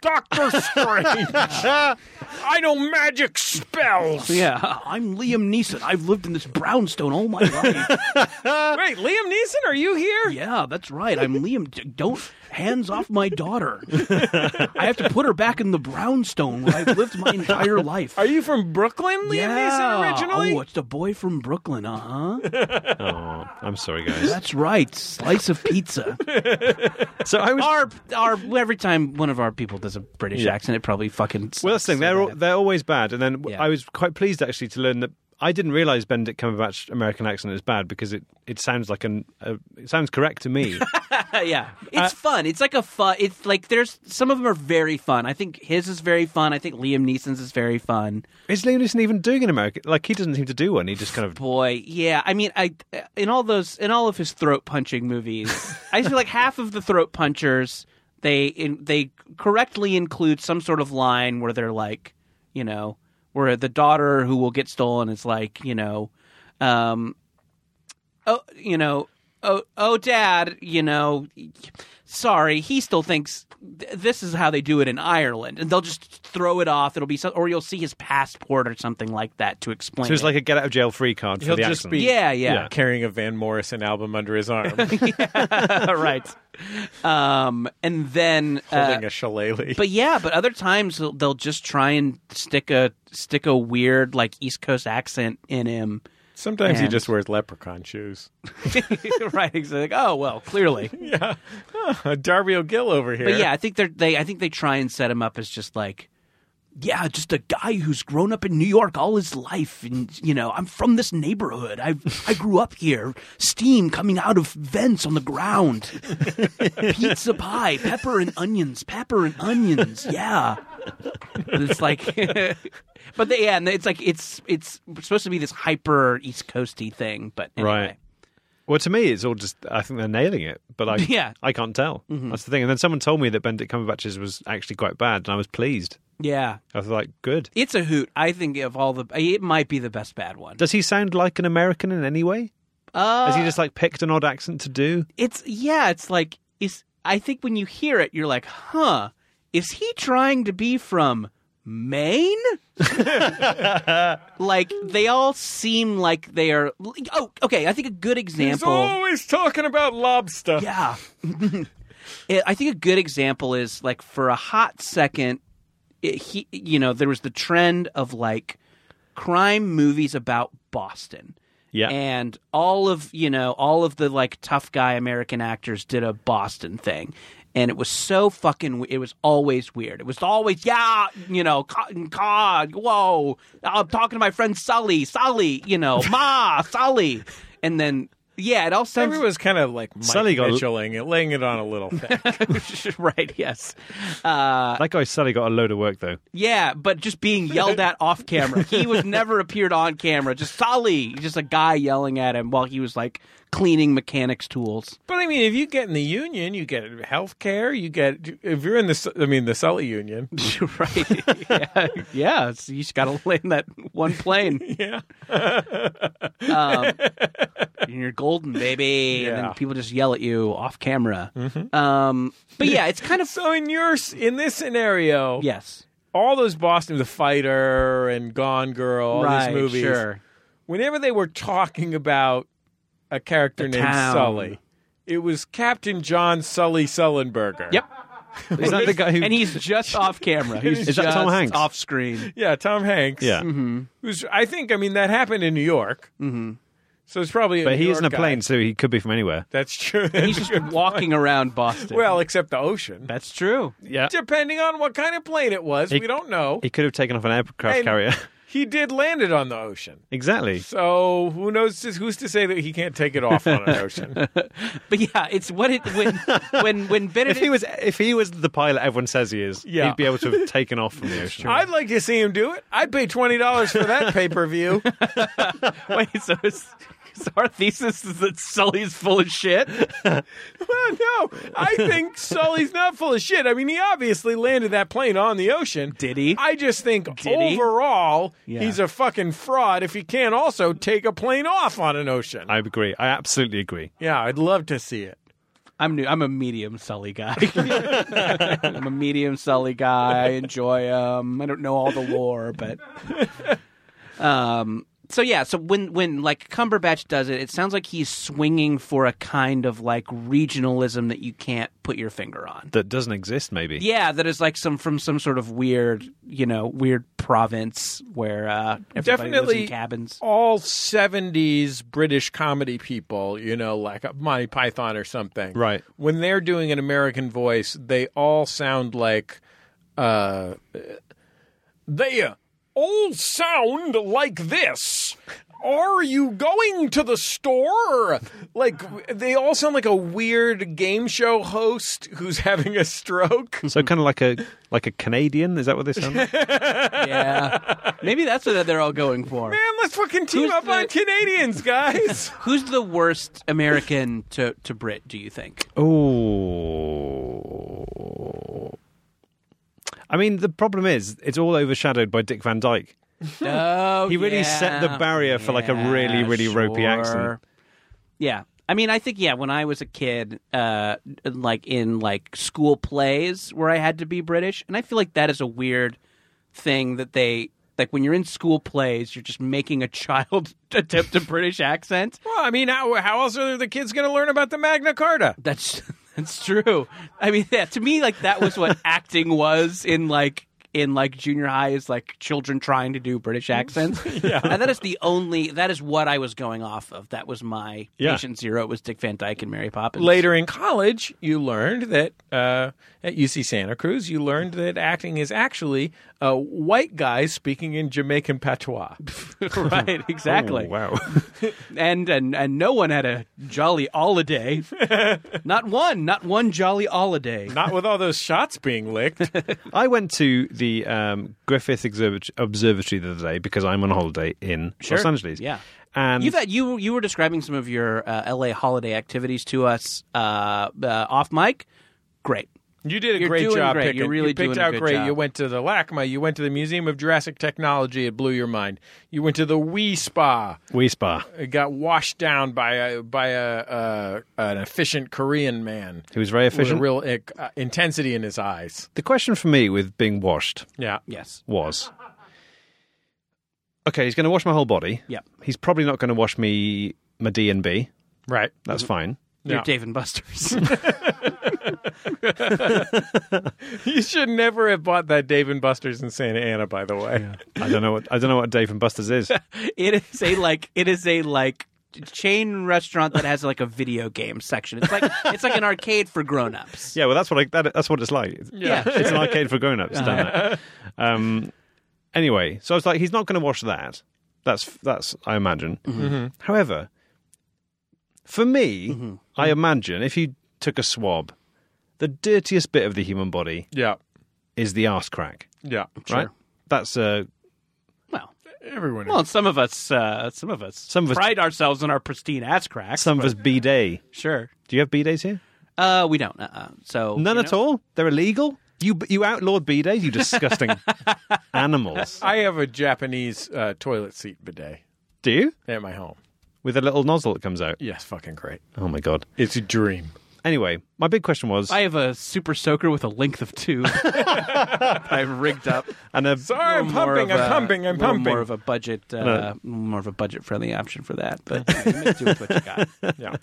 Speaker 2: Doctor Strange. I know magic spells.
Speaker 3: Yeah, I'm Liam Neeson. I've lived in this brownstone all my life.
Speaker 2: Wait, Liam Neeson, are you here?
Speaker 3: yeah, that's right. I'm Liam. D- Don't hands off my daughter. I have to put her back in the brownstone where I've lived my entire life.
Speaker 2: Are you from Brooklyn, Liam Neeson, originally?
Speaker 3: Oh, it's the boy from Brooklyn, uh huh.
Speaker 4: Oh, I'm sorry, guys.
Speaker 3: That's right. Slice of pizza.
Speaker 4: So I was.
Speaker 3: our our every time one of our people does a British accent, it probably fucking.
Speaker 4: Well, that's the
Speaker 3: sucks.
Speaker 4: thing. They're all, they're always bad. And then
Speaker 3: Yeah.
Speaker 4: I was quite pleased actually to learn that I didn't realize Benedict Cumberbatch's American accent is bad because it, it sounds like an uh, it sounds correct to me.
Speaker 3: yeah, it's fun. It's like a fun. It's like there's some of them are very fun. I think his is very fun. I think Liam Neeson's is very fun.
Speaker 4: is Liam Neeson even doing an American? Like he doesn't seem to do one. He just kind of.
Speaker 3: Boy, yeah. I mean, I in all those in all of his throat punching movies, I feel like half of the throat punchers they in, they correctly include some sort of line where they're like, you know, where the daughter who will get stolen is like, you know, um, oh, you know, oh, oh, dad, you know, sorry, he still thinks th- this is how they do it in Ireland, and they'll just throw it off. It'll be some, or you'll see his passport or something like that to explain.
Speaker 4: So it's
Speaker 3: it.
Speaker 4: like a get out of jail free card for
Speaker 2: He'll
Speaker 4: the
Speaker 2: just
Speaker 4: accent.
Speaker 2: be-
Speaker 3: yeah, yeah,
Speaker 2: Carrying a Van Morrison album under his arm,
Speaker 3: right. Um, and then, uh,
Speaker 2: holding a shillelagh.
Speaker 3: but yeah, but other times they'll, they'll just try and stick a stick a weird like East Coast accent in him.
Speaker 2: Sometimes he
Speaker 3: and-
Speaker 2: just wears leprechaun shoes.
Speaker 3: right? It's like, oh well, clearly.
Speaker 2: Yeah, Huh, Darby O'Gill over here.
Speaker 3: But yeah, I think they're they I think they try and set him up as just like yeah, just a guy who's grown up in New York all his life and you know, I'm from this neighborhood. I I grew up here. Steam coming out of vents on the ground. Pizza pie, pepper and onions, pepper and onions. Yeah. And it's like But they, yeah, and it's like it's it's supposed to be this hyper East Coasty thing, but anyway.
Speaker 4: Right. Well, to me, it's all just. I think they're nailing it, but I
Speaker 3: Yeah.
Speaker 4: I can't tell. That's the thing. And then someone told me that Benedict Cumberbatch's was actually quite bad, and I was pleased.
Speaker 3: Yeah.
Speaker 4: I was like, good.
Speaker 3: It's a hoot. I think of all the it might be the best bad one.
Speaker 4: Does he sound like an American in any way?
Speaker 3: Uh,
Speaker 4: Has he just like picked an odd accent to do?
Speaker 3: it's yeah, it's like is I think when you hear it, you're like, huh, is he trying to be from Maine? like they all seem like they are. Oh, okay. I think a good
Speaker 2: he's
Speaker 3: example.
Speaker 2: always talking about lobster.
Speaker 3: Yeah, It- I think a good example is like for a hot second, it, he you know there was the trend of like crime movies about Boston.
Speaker 4: Yeah.
Speaker 3: And all of, you know, all of the like tough guy American actors did a Boston thing. And it was so fucking, it was always weird. It was always, yeah, you know, cotton cod, whoa, I'm talking to my friend Sully, Sully, you know, ma, Sully. And then, yeah, it all sounds.
Speaker 2: Everyone's kind of like Mike
Speaker 4: Sully got-
Speaker 2: Mitchelling it, laying it on a little thick.
Speaker 3: right, yes.
Speaker 4: that guy Sully got a load of work though.
Speaker 3: Yeah, but just being yelled at off camera. He was never appeared on camera. Just Sully, just a guy yelling at him while he was like cleaning mechanics tools.
Speaker 2: but I mean, if you get in the union, you get health care. You get if you're in the, Su- I mean, the Sully union.
Speaker 3: right. yeah. yeah. So you just got to land that one plane.
Speaker 2: Yeah.
Speaker 3: Um, and you're golden, baby. And
Speaker 2: Yeah.
Speaker 3: then people just yell at you off camera.
Speaker 4: Mm-hmm.
Speaker 3: Um, but yeah, it's kind of.
Speaker 2: So in your s- in this scenario,
Speaker 3: Yes.
Speaker 2: all those Boston, the Fighter and Gone Girl, all
Speaker 3: right.
Speaker 2: these movies.
Speaker 3: Sure.
Speaker 2: Whenever they were talking about a character named
Speaker 3: town.
Speaker 2: Sully, it was Captain John Sully Sullenberger.
Speaker 3: Yep.
Speaker 4: Is that the guy who?
Speaker 3: And he's just off camera. He's
Speaker 4: Is that Tom
Speaker 3: just
Speaker 4: Hanks?
Speaker 3: Off screen.
Speaker 2: Yeah, Tom Hanks.
Speaker 4: yeah,
Speaker 2: Who's I think I mean that happened in New York. Mm-hmm. So it's probably. A
Speaker 4: but
Speaker 2: New
Speaker 4: he
Speaker 2: York
Speaker 4: is in a
Speaker 2: guy.
Speaker 4: plane, so he could be from anywhere.
Speaker 2: That's true.
Speaker 3: He's just walking around Boston.
Speaker 2: well, except the ocean.
Speaker 3: that's true.
Speaker 4: Yeah,
Speaker 2: Depending on what kind of plane it was,
Speaker 4: He-
Speaker 2: we don't know.
Speaker 4: he could have taken off an aircraft
Speaker 2: And-
Speaker 4: carrier.
Speaker 2: He did land it on the ocean.
Speaker 4: exactly.
Speaker 2: So who knows? Who's to say that he can't take it off on an ocean?
Speaker 3: But yeah, it's what it when when when Benedict
Speaker 4: If he was, if he was the pilot everyone says he is,
Speaker 2: Yeah.
Speaker 4: he'd be able to have taken off from the ocean.
Speaker 2: I'd like to see him do it. I'd pay twenty dollars for that pay per view.
Speaker 3: Wait, so it's So our thesis is that Sully's full of shit.
Speaker 2: Well, no, I think Sully's not full of shit. I mean, he obviously landed that plane on the ocean.
Speaker 3: Did he?
Speaker 2: I just think
Speaker 3: he?
Speaker 2: overall,
Speaker 3: Yeah.
Speaker 2: he's a fucking fraud if he can't also take a plane off on an ocean.
Speaker 4: I agree. I absolutely agree.
Speaker 2: yeah, I'd love to see it.
Speaker 3: I'm new. I'm a medium Sully guy. I'm a medium Sully guy. I enjoy him. I don't know all the lore, but um. So yeah. So when when like Cumberbatch does it, it sounds like he's swinging for a kind of like regionalism that you can't put your finger on.
Speaker 4: That doesn't exist, maybe.
Speaker 3: Yeah, that is like some from some sort of weird, you know, weird province where uh, everybody lives
Speaker 2: Definitely
Speaker 3: in cabins.
Speaker 2: all 70s British comedy people, you know, like Monty Python or something.
Speaker 4: Right.
Speaker 2: When they're doing an American voice, they all sound like uh they uh, all sound like this. Are you going to the store? Like they all sound like a weird game show host who's having a stroke.
Speaker 4: So kind of like a like a Canadian. Is that what they sound like?
Speaker 3: Yeah, maybe that's what they're all going for.
Speaker 2: Man, let's fucking team
Speaker 3: Who's
Speaker 2: up
Speaker 3: the-
Speaker 2: on Canadians, guys.
Speaker 3: Who's the worst American to to Brit? Do you think?
Speaker 4: Oh. I mean, the problem is it's all overshadowed by Dick Van Dyke.
Speaker 3: Oh,
Speaker 4: He really
Speaker 3: yeah.
Speaker 4: set the barrier for, like, a really, really ropey accent.
Speaker 3: Yeah. I mean, I think yeah. When I was a kid, uh, like in like school plays where I had to be British, and I feel like that is a weird thing that they like when you're in school plays, you're just making a child attempt a British accent.
Speaker 2: Well, I mean, how how else are the kids going to learn about the Magna Carta?
Speaker 3: That's that's true. I mean, yeah, to me, like that was what acting was in like in like junior high is like children trying to do British accents. yeah, and that is the only that is what I was going off of. That was my
Speaker 4: Yeah.
Speaker 3: patient zero. was Dick Van Dyke and Mary Poppins.
Speaker 2: Later in college, you learned that uh, at UC Santa Cruz, you learned that acting is actually uh, white guys speaking in Jamaican patois.
Speaker 3: right? Exactly.
Speaker 4: Oh, wow.
Speaker 3: And and and no one had a jolly holiday. not one. Not one jolly holiday.
Speaker 2: Not with all those shots being licked.
Speaker 4: I went to the um, Griffith Observatory, Observatory the other day because I'm on holiday in Los Angeles.
Speaker 3: Yeah.
Speaker 4: And
Speaker 3: You've had you you were describing some of your uh, L.A. holiday activities to us uh, uh, off mic. Great.
Speaker 2: You did a
Speaker 3: You're
Speaker 2: great
Speaker 3: doing
Speaker 2: job
Speaker 3: great.
Speaker 2: picking.
Speaker 3: You're really
Speaker 2: you picked
Speaker 3: doing a
Speaker 2: out
Speaker 3: good
Speaker 2: great.
Speaker 3: job.
Speaker 2: You went to the LACMA. You went to the Museum of Jurassic Technology. It blew your mind. You went to the Wii Spa.
Speaker 4: we spa.
Speaker 2: It got washed down by a, by a, uh, an efficient Korean man.
Speaker 4: He was very
Speaker 2: With a
Speaker 4: efficient.
Speaker 2: real uh, intensity in his eyes.
Speaker 4: the question for me with being washed
Speaker 2: Yeah.
Speaker 3: Yes.
Speaker 4: was okay, he's going to wash my whole body.
Speaker 3: Yep.
Speaker 4: He's probably not going to wash me my D and B.
Speaker 2: Right.
Speaker 3: Mm-hmm.
Speaker 4: That's fine.
Speaker 3: You're
Speaker 2: Yeah.
Speaker 3: Dave and Buster's.
Speaker 2: You should never have bought that Dave and Buster's in Santa Ana, by the way.
Speaker 4: I don't know what I don't know what Dave and Buster's is.
Speaker 3: it is a like it is a like chain restaurant that has like a video game section. It's like it's like an arcade for grown-ups.
Speaker 4: Yeah, well, that's what I, that, that's what it's like.
Speaker 3: Yeah. Yeah,
Speaker 4: it's an arcade for grown-ups. Damn it. Um, anyway, so I was like, he's not going to wash that. That's that's I imagine. However, for me, I imagine if you took a swab, the dirtiest bit of the human body
Speaker 2: Yeah.
Speaker 4: is the arse crack,
Speaker 2: Yeah.
Speaker 4: right? That's uh,
Speaker 3: Well,
Speaker 2: Everyone.
Speaker 3: well, some of us uh, some of us
Speaker 4: Some of us-
Speaker 3: pride ourselves on our pristine ass cracks.
Speaker 4: some of us b day.
Speaker 3: sure.
Speaker 4: Do you have b days here?
Speaker 3: Uh, we don't. Uh-uh. So
Speaker 4: None
Speaker 3: you
Speaker 4: at all. They're illegal. You you outlawed b days. You disgusting animals.
Speaker 2: I have a Japanese uh, toilet seat bidet
Speaker 4: Do you?
Speaker 2: at my home.
Speaker 4: With a little nozzle that comes out.
Speaker 2: Yes, fucking great.
Speaker 4: Oh my god.
Speaker 2: It's a dream.
Speaker 4: Anyway, my big question was,
Speaker 3: I have a super soaker with a length of two. I've rigged up.
Speaker 4: and uh, a,
Speaker 2: Sorry, I'm
Speaker 3: little more
Speaker 2: pumping,
Speaker 3: of
Speaker 2: I'm
Speaker 3: a-
Speaker 2: pumping, I'm
Speaker 3: little
Speaker 2: pumping.
Speaker 3: More of a budget, uh, more of a budget-friendly option for that. But
Speaker 4: uh,
Speaker 3: yeah, you make do with what you got.
Speaker 2: yeah.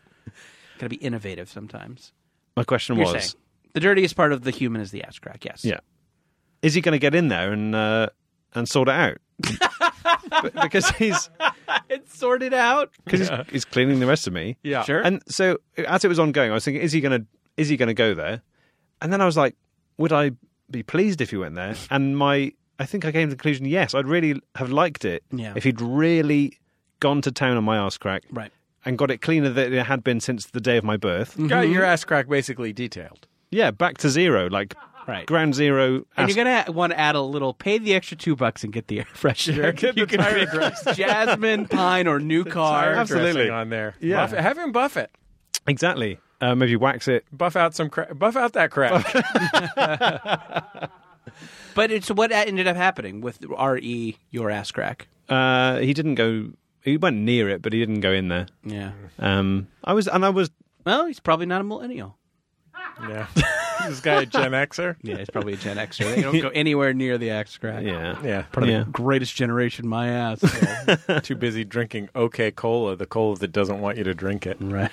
Speaker 3: Gotta be innovative sometimes.
Speaker 4: my question
Speaker 3: You're
Speaker 4: was,
Speaker 3: saying the dirtiest part of the human is the ass crack. Yes.
Speaker 4: yeah, is he going to get in there and uh, and sort it out? B- because he's
Speaker 3: It's sorted out.
Speaker 4: because he's, he's cleaning the rest of me.
Speaker 2: Yeah.
Speaker 3: Sure.
Speaker 4: And so as it was ongoing, I was thinking, is he going to is he going to go there? And then I was like, would I be pleased if he went there? And my I think I came to the conclusion, yes, I'd really have liked it
Speaker 3: Yeah.
Speaker 4: if he'd really gone to town on my arse crack
Speaker 3: Right.
Speaker 4: and got it cleaner than it
Speaker 3: Mm.
Speaker 4: had been since the day of my birth.
Speaker 3: Mm-hmm.
Speaker 2: Got your ass crack basically detailed.
Speaker 4: Yeah, back to zero, like
Speaker 3: Right.
Speaker 4: Ground zero.
Speaker 3: And
Speaker 4: ask-
Speaker 3: you're gonna want to add a little. Pay the extra two bucks and get the air freshener.
Speaker 2: get
Speaker 3: you
Speaker 2: the
Speaker 3: can
Speaker 2: tire
Speaker 3: pick jasmine, pine, or new car.
Speaker 2: Absolutely on there. Yeah, Buff, have him buff it.
Speaker 4: exactly. Uh, maybe wax it.
Speaker 2: Buff out some cra- buff out that crack.
Speaker 3: But it's what ended up happening with re your ass crack.
Speaker 4: Uh, he didn't go. He went near it, but he didn't go in there.
Speaker 3: Yeah.
Speaker 4: Um, I was, and I was.
Speaker 3: Well, he's probably not a millennial.
Speaker 2: yeah. this guy a Gen Xer.
Speaker 3: Yeah, he's probably a Gen Xer. They don't go anywhere near the ass crack.
Speaker 4: Yeah.
Speaker 2: Yeah.
Speaker 3: Probably
Speaker 4: Yeah.
Speaker 3: the greatest generation, my ass.
Speaker 2: Too busy drinking OK Cola, the cola that doesn't want you to drink it.
Speaker 3: right.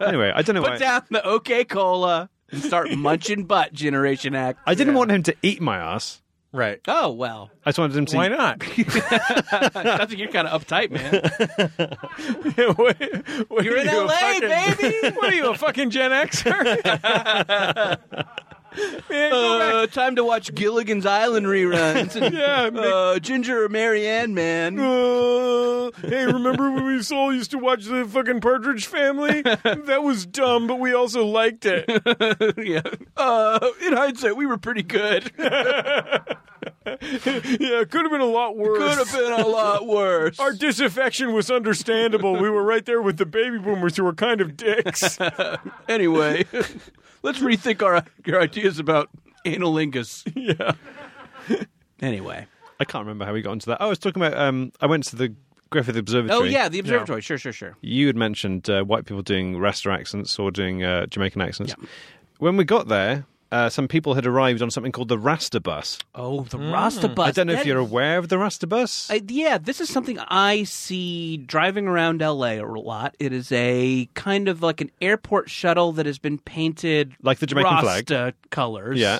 Speaker 4: Anyway, I don't know why.
Speaker 3: Put down the OK Cola and start munching butt, Generation Act.
Speaker 4: I didn't want him to eat my ass.
Speaker 2: Right.
Speaker 3: Oh, well.
Speaker 4: I just wanted him to.
Speaker 2: Why not?
Speaker 3: I think you're kind of uptight, man.
Speaker 2: What- what
Speaker 3: You're
Speaker 2: are
Speaker 3: in
Speaker 2: you, a
Speaker 3: LA,
Speaker 2: fucking-
Speaker 3: baby.
Speaker 2: What are you, a fucking Gen Xer? Man, go back-
Speaker 3: Uh, time to watch Gilligan's Island reruns.
Speaker 2: Yeah, make-
Speaker 3: uh, Ginger or Marianne, man.
Speaker 2: Uh, hey, remember when we all used to watch the fucking Partridge Family? That was dumb, but we also liked it.
Speaker 3: yeah. uh, in hindsight, we were pretty good.
Speaker 2: Yeah, it could have been a lot worse.
Speaker 3: Could have been a lot worse.
Speaker 2: Our disaffection was understandable. We were right there with the baby boomers who were kind of dicks.
Speaker 3: anyway, let's rethink our your ideas about analingus. Yeah. anyway.
Speaker 4: I can't remember how we got into that. Oh, I was talking about. Um, I went to the Griffith Observatory.
Speaker 3: Oh yeah, the observatory. Sure, sure, sure.
Speaker 4: You had mentioned uh, white people doing Rasta accents or doing uh, Jamaican accents. When we got there, uh, some people had arrived on something called the Rasta bus.
Speaker 3: Oh, the Rasta bus.
Speaker 4: Hmm. I don't know if
Speaker 3: That-
Speaker 4: you're aware of the Rasta bus.
Speaker 3: I, yeah, this is something I see driving around LA a lot. It is a kind of like an airport shuttle that has been painted
Speaker 4: Like the Jamaican
Speaker 3: Rasta
Speaker 4: flag.
Speaker 3: colors.
Speaker 4: Yeah.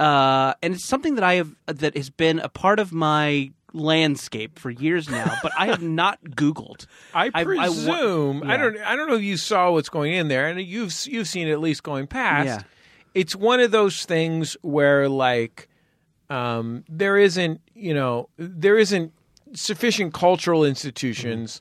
Speaker 3: uh, and it's something that I have that has been a part of my landscape for years now, but I have not Googled.
Speaker 2: I
Speaker 3: I wa-
Speaker 2: presume I,
Speaker 3: yeah.
Speaker 2: don't. I don't know. if You saw what's going in there, and you've you've seen it at least going past.
Speaker 3: Yeah.
Speaker 2: It's one of those things where like um, there isn't you know there isn't sufficient cultural institutions.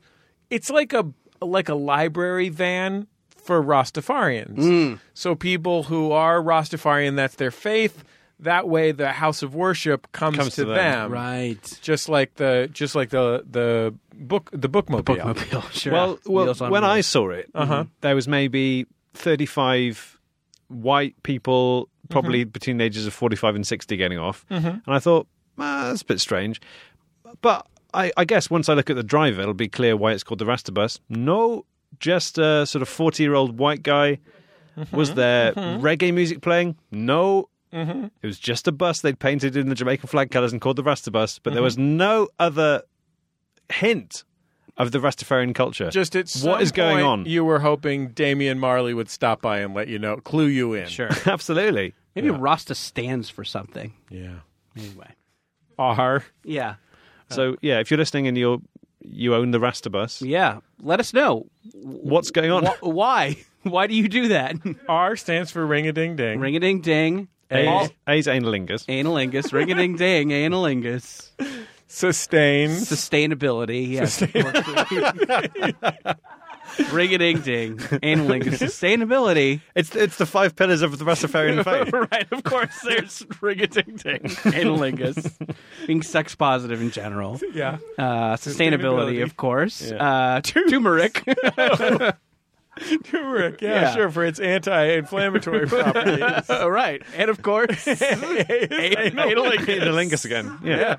Speaker 2: It's like a like a library van for Rastafarians. So people who are Rastafarian, that's their faith. That way, the house of worship comes,
Speaker 4: Comes
Speaker 2: to,
Speaker 4: to them.
Speaker 2: them.
Speaker 3: Right.
Speaker 2: Just like the just like the the book the bookmobile.
Speaker 3: sure.
Speaker 4: Well, well
Speaker 3: Meals on
Speaker 4: when I
Speaker 3: Wheels.
Speaker 4: saw it, mm-hmm. there was maybe 35 white people, probably between the ages of 45 and 60, getting off. And I thought, ah, that's a bit strange. But I, I guess once I look at the driver, it'll be clear why it's called the Rasta bus. No, just a sort of 40 year old white guy. Was
Speaker 2: Mm-hmm.
Speaker 4: there reggae music playing? No. It was just a bus they'd painted in the Jamaican flag colours and called the Rasta bus, but there was
Speaker 2: Mm-hmm.
Speaker 4: no other hint of the Rastafarian culture.
Speaker 2: Just at some
Speaker 4: what is going
Speaker 2: point,
Speaker 4: on?
Speaker 2: You were hoping Damian Marley would stop by and let you know, clue you in.
Speaker 3: Sure.
Speaker 4: Absolutely.
Speaker 3: Maybe Rasta stands for something.
Speaker 2: Yeah.
Speaker 3: Anyway.
Speaker 2: Are
Speaker 3: Yeah.
Speaker 2: Uh.
Speaker 4: So yeah, if you're listening and you're you own the Rasta bus,
Speaker 3: Yeah. Let us know.
Speaker 4: what's going on?
Speaker 3: Wh- why? Why do you do that?
Speaker 2: R stands for ring a ding ding.
Speaker 3: ring a ding ding.
Speaker 4: A's, A's analingus.
Speaker 3: Analingus. Ring a ding ding. Analingus.
Speaker 2: Sustain.
Speaker 3: Sustainability. Yes. Ring a ding ding. Analingus. Sustainability.
Speaker 4: It's it's the five pillars of the Rastafarian faith.
Speaker 3: right. Of course, there's ring a ding ding. Analingus. Being sex positive in general.
Speaker 2: yeah.
Speaker 3: Uh, sustainability,
Speaker 2: Sustainability.
Speaker 3: of course. Uh, turmeric.
Speaker 2: Turmeric. Yeah,
Speaker 3: Yeah.
Speaker 2: sure. For its anti-inflammatory properties.
Speaker 3: Uh, right. And of course, analingus.
Speaker 4: Analingus again. Yeah.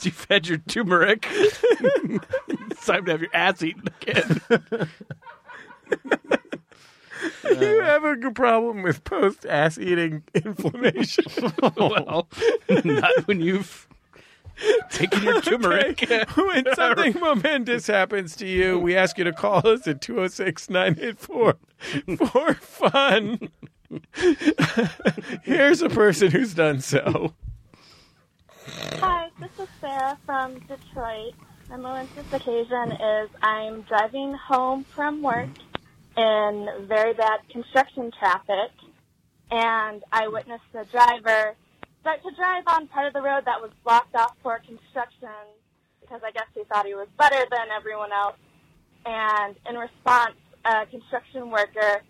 Speaker 3: you fed your turmeric. it's time to have your ass eaten again.
Speaker 2: you have a good problem with post-ass eating inflammation.
Speaker 3: well, not when you've taken your turmeric.
Speaker 2: when something momentous happens to you, we ask you to call us at 206 984 for fun. Here's a person who's done so.
Speaker 6: Hi, this is Sarah from Detroit. My momentous occasion is I'm driving home from work in very bad construction traffic, and I witnessed a driver start to drive on part of the road that was blocked off for construction because I guess he thought he was better than everyone else. And in response, a construction worker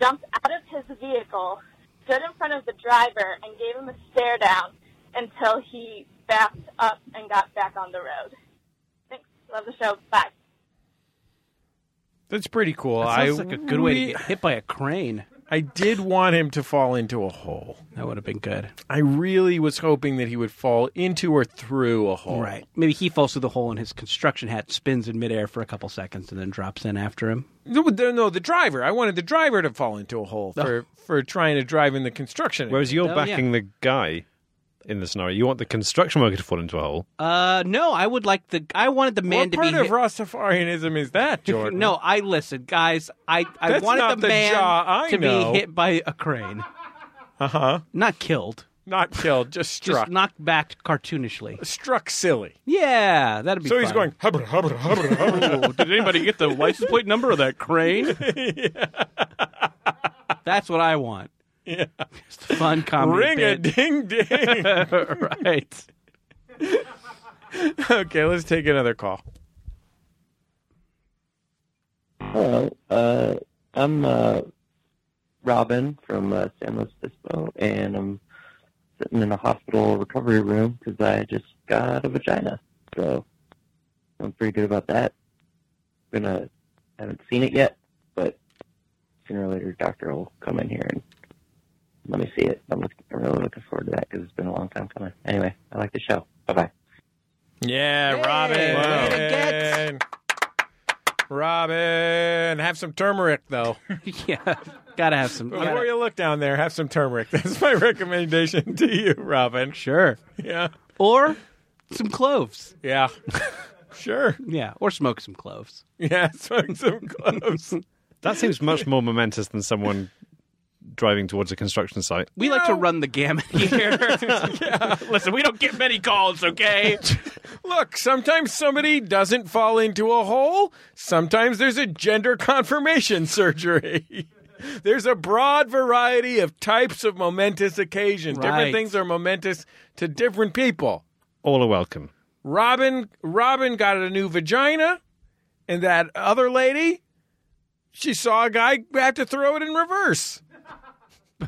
Speaker 6: jumped out of his vehicle, stood in front of the driver and gave him a stare down until he backed up and got back on the road. Thanks. Love the show. Bye.
Speaker 2: That's pretty cool.
Speaker 3: That
Speaker 2: I
Speaker 3: sounds like a good way to
Speaker 2: re-
Speaker 3: get hit by a crane.
Speaker 2: I did want him to fall into a hole.
Speaker 3: That would have been good.
Speaker 2: I really was hoping that he would fall into or through a hole.
Speaker 3: Right. Maybe he falls through the hole and his construction hat spins in midair for a couple seconds and then drops in after him.
Speaker 2: No, but the- no, the driver. I wanted the driver to fall into a hole for, for trying to drive in the construction.
Speaker 4: Whereas you're
Speaker 3: Oh, yeah.
Speaker 4: backing the guy in the scenario. You want the construction worker to fall into a hole.
Speaker 3: Uh, no, I would like the. I wanted the man
Speaker 2: what
Speaker 3: to
Speaker 2: part
Speaker 3: be.
Speaker 2: of
Speaker 3: hit-
Speaker 2: Rastafarianism is that, Jordan?
Speaker 3: No, I listen, guys. I I
Speaker 2: That's
Speaker 3: wanted
Speaker 2: not
Speaker 3: the
Speaker 2: the
Speaker 3: man
Speaker 2: jaw I
Speaker 3: to
Speaker 2: know.
Speaker 3: be hit by a crane,
Speaker 2: uh huh.
Speaker 3: not killed,
Speaker 2: Not killed, just
Speaker 3: just
Speaker 2: struck.
Speaker 3: knocked back cartoonishly.
Speaker 2: struck silly.
Speaker 3: Yeah, that'd be.
Speaker 2: So he's
Speaker 3: fun.
Speaker 2: going. Hubba, hubba, hubba, hubba.
Speaker 3: Did anybody get the license plate number of that crane? That's what I want. Yeah, just a fun comedy.
Speaker 2: Ring a
Speaker 3: bit.
Speaker 2: ding ding.
Speaker 3: right.
Speaker 2: okay, let's take another call.
Speaker 7: Hello, uh, I'm uh, Robin from uh, San Luis Obispo, and I'm sitting in a hospital recovery room because I just got a vagina. So I'm pretty good about that. Gonna haven't seen it yet, but sooner or later, doctor will come in here and let me see it. I'm, look, I'm really looking forward to that because it's been a long time coming. Anyway, I like the show. Bye bye.
Speaker 2: Yeah,
Speaker 3: way to get.
Speaker 2: Robin. Robin, have some turmeric though.
Speaker 3: Yeah, gotta have some.
Speaker 2: Before
Speaker 3: gotta-
Speaker 2: you look down there, have some turmeric. That's my recommendation to you, Robin.
Speaker 3: Sure.
Speaker 2: Yeah,
Speaker 3: Or some cloves.
Speaker 2: yeah, sure.
Speaker 3: Yeah, or smoke some cloves.
Speaker 2: Yeah, smoke some cloves.
Speaker 4: That seems much more momentous than someone driving towards a construction site.
Speaker 3: We like to run the gamut here. Listen, we don't get many calls, okay?
Speaker 2: Look, sometimes somebody doesn't fall into a hole. Sometimes there's a gender confirmation surgery. There's a broad variety of types of momentous occasions.
Speaker 3: Right.
Speaker 2: Different things are momentous to different people.
Speaker 4: All are welcome.
Speaker 2: Robin Robin got a new vagina, and that other lady, she saw a guy have to throw it in reverse.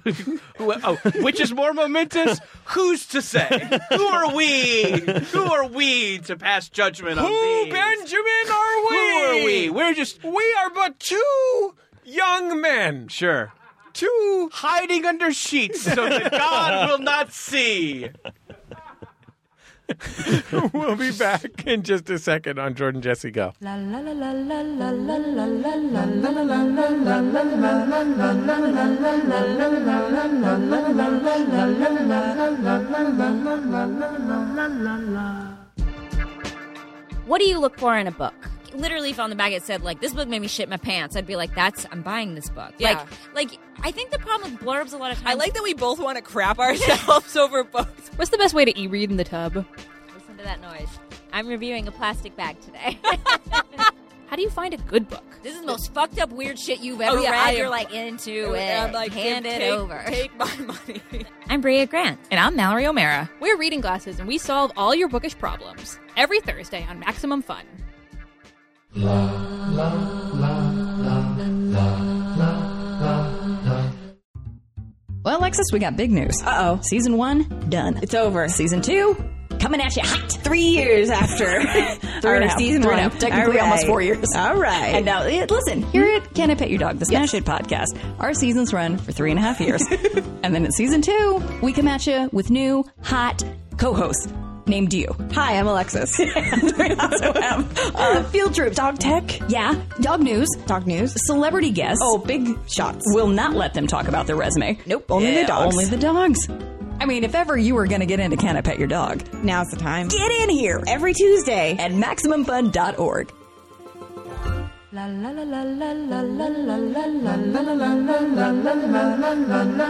Speaker 3: Wh- oh, which is more momentous? Who's to say? Who are we? Who are we to pass judgment on
Speaker 2: Who,
Speaker 3: these?
Speaker 2: Benjamin, are we?
Speaker 3: Who are we? We're just
Speaker 2: We are but two young men.
Speaker 3: sure
Speaker 2: Two
Speaker 3: hiding under sheets so that God will not see.
Speaker 2: We'll be back in just a second on Jordan Jesse Go.
Speaker 1: La la la la la la la la la la la la la la la la
Speaker 8: What do you look for in a book? Literally, if on the back it said like this book made me shit my pants, I'd be like, "That's I'm buying this book."
Speaker 9: Yeah.
Speaker 8: Like, like I think the problem with blurbs a lot of times.
Speaker 9: I like that we both want to crap ourselves over books. What's the best way to e-read in the tub?
Speaker 8: Listen to that noise. I'm reviewing a plastic bag today.
Speaker 9: How do you find a good book?
Speaker 8: this is the most fucked up weird shit you've ever
Speaker 9: Oh, yeah, I
Speaker 8: read.
Speaker 9: am-
Speaker 8: You're like into it.
Speaker 9: I'm like,
Speaker 8: hand
Speaker 9: give-
Speaker 8: it
Speaker 9: take,
Speaker 8: over.
Speaker 9: Take my money.
Speaker 8: I'm Bria Grant.
Speaker 10: And I'm Mallory O'Mara. We're Reading Glasses, and we solve all your bookish problems every Thursday on Maximum Fun.
Speaker 11: Well, Alexis, we got big news. Uh oh. Season one, done. It's over. Season two, coming at you hot. Three years after. Three and a half. Season one. Technically almost four years. All right. And now, eh, listen, here at Can I Pet Your Dog, the Smash It podcast, our seasons run for three and a half years. and then at season two, we come at you with new, hot co hosts named you. Hi, I'm Alexis. and I also have uh, Field Trip. Dog Tech. Yeah. Dog News. Dog News. Celebrity guests. Oh, big shots. Will not let them talk about their resume. Nope. Only the dogs. Only the dogs. I mean, if ever you were going to get into Can I Pet Your Dog? Now's the time. Get in here every Tuesday at MaximumFun.org.
Speaker 1: La la la la la la la la la la la la la la la la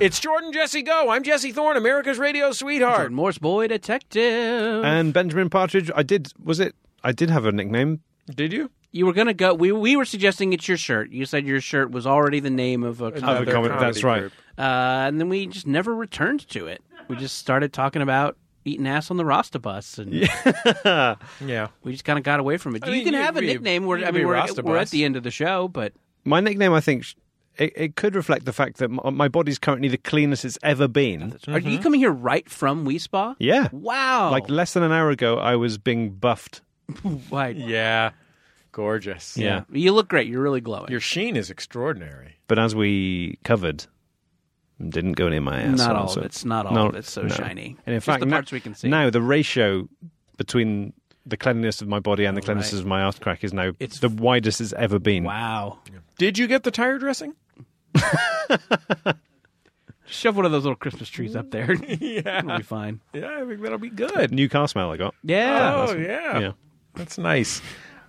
Speaker 2: It's Jordan Jesse Go. I'm Jesse Thorne, America's radio sweetheart.
Speaker 3: Jordan Morse, boy detective.
Speaker 2: Uh,
Speaker 4: And Benjamin Partridge, I did. Was it? I did have a nickname.
Speaker 2: Did you?
Speaker 3: you were gonna go. We we were suggesting it's your shirt. You said your shirt was already the name of
Speaker 2: Uh,
Speaker 3: a.
Speaker 4: Of a
Speaker 2: Another
Speaker 4: comic-
Speaker 2: comedy
Speaker 4: that's right.
Speaker 2: group.
Speaker 3: Uh, and then we just never returned to it. We just started talking about eating ass on the Rasta bus, and
Speaker 2: yeah,
Speaker 3: we just kind of got away from it.
Speaker 2: I
Speaker 3: you
Speaker 2: mean,
Speaker 3: can
Speaker 2: you
Speaker 3: have a
Speaker 2: could be-
Speaker 3: nickname. We're,
Speaker 2: you
Speaker 3: I
Speaker 2: could
Speaker 3: mean,
Speaker 2: be
Speaker 3: we're,
Speaker 2: Rasta
Speaker 3: we're at
Speaker 2: bus.
Speaker 3: the end of the show, but
Speaker 4: My nickname, I think, sh- it, it could reflect the fact that uh, my, my body's currently the cleanest it's ever been.
Speaker 3: are you coming here right from Wee Spa?
Speaker 4: Yeah.
Speaker 3: Wow.
Speaker 4: Like less than an hour ago, I was being buffed.
Speaker 3: Right.
Speaker 2: Yeah. Gorgeous.
Speaker 4: Yeah.
Speaker 3: You look great. You're really glowing.
Speaker 2: Your sheen is extraordinary.
Speaker 4: But as we covered, didn't go near my ass.
Speaker 3: Not all of it's- not all of it's so shiny.
Speaker 4: And in
Speaker 3: Just
Speaker 4: fact,
Speaker 3: the
Speaker 4: na-
Speaker 3: parts we can see.
Speaker 4: now the ratio between the cleanliness of my body and the cleanliness of my ass crack is now it's the widest it's ever been.
Speaker 3: Wow.
Speaker 2: Did you get the tire dressing?
Speaker 3: Shove one of those little Christmas trees up there.
Speaker 2: yeah.
Speaker 3: It'll be fine.
Speaker 2: Yeah, I think that'll be good.
Speaker 4: New car smell I got.
Speaker 3: Yeah.
Speaker 2: Oh,
Speaker 4: That's-
Speaker 2: yeah.
Speaker 4: yeah.
Speaker 2: That's nice.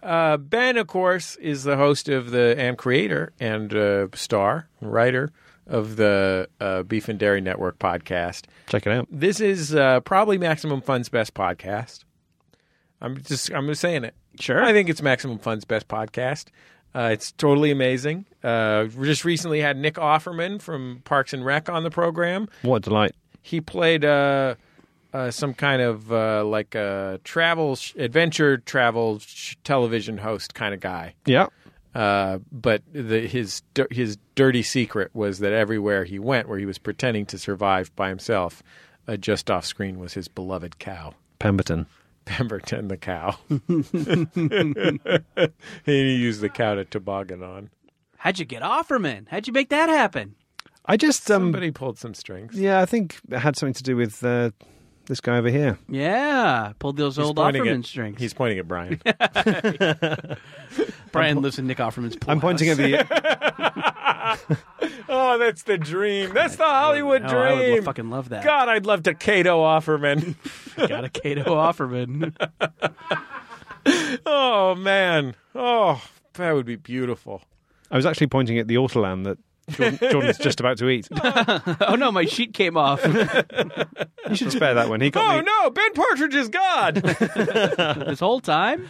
Speaker 2: Uh, ben, of course, is the host of the and creator and uh, star writer of the uh, Beef and Dairy Network podcast.
Speaker 4: Check it out.
Speaker 2: This is uh, probably Maximum Fun's best podcast. I'm just I'm just saying it. Sure, I think it's Maximum Fun's best podcast. Uh, it's totally amazing. Uh, we just recently had Nick Offerman from Parks and Rec on the program.
Speaker 4: What a delight.
Speaker 2: He played uh, uh, some kind of uh, like a travel sh- adventure travel sh- television host kind of guy.
Speaker 4: Yeah.
Speaker 2: Uh, but the, his dir- his dirty secret was that everywhere he went, where he was pretending to survive by himself, uh, just off screen was his beloved cow.
Speaker 4: Pemberton.
Speaker 2: Pemberton the cow. and he used the cow to toboggan on.
Speaker 3: How'd you get Offerman? How'd you make that happen?
Speaker 4: I just um
Speaker 2: Somebody pulled some strings.
Speaker 4: yeah, I think it had something to do with uh, this guy over here.
Speaker 3: Yeah. Pulled those
Speaker 2: He's
Speaker 3: old
Speaker 2: pointing
Speaker 3: Offerman
Speaker 2: at-
Speaker 3: strings.
Speaker 2: He's pointing at Brian.
Speaker 3: Brian lives in Nick Offerman's pool
Speaker 4: I'm pointing at
Speaker 3: house.
Speaker 4: the
Speaker 2: oh, that's the dream. That's the Hollywood
Speaker 3: Oh,
Speaker 2: dream.
Speaker 3: I would lo- fucking love that.
Speaker 2: God, I'd love to Cato Offerman.
Speaker 3: Got a Cato Offerman.
Speaker 2: oh man. Oh, that would be beautiful.
Speaker 4: I was actually pointing at the Autoland that Jordan, Jordan's just about to eat.
Speaker 3: oh no, my sheet came off.
Speaker 4: You should spare that one. He got
Speaker 2: Oh
Speaker 4: me.
Speaker 2: no, Ben Partridge is God.
Speaker 3: this whole time?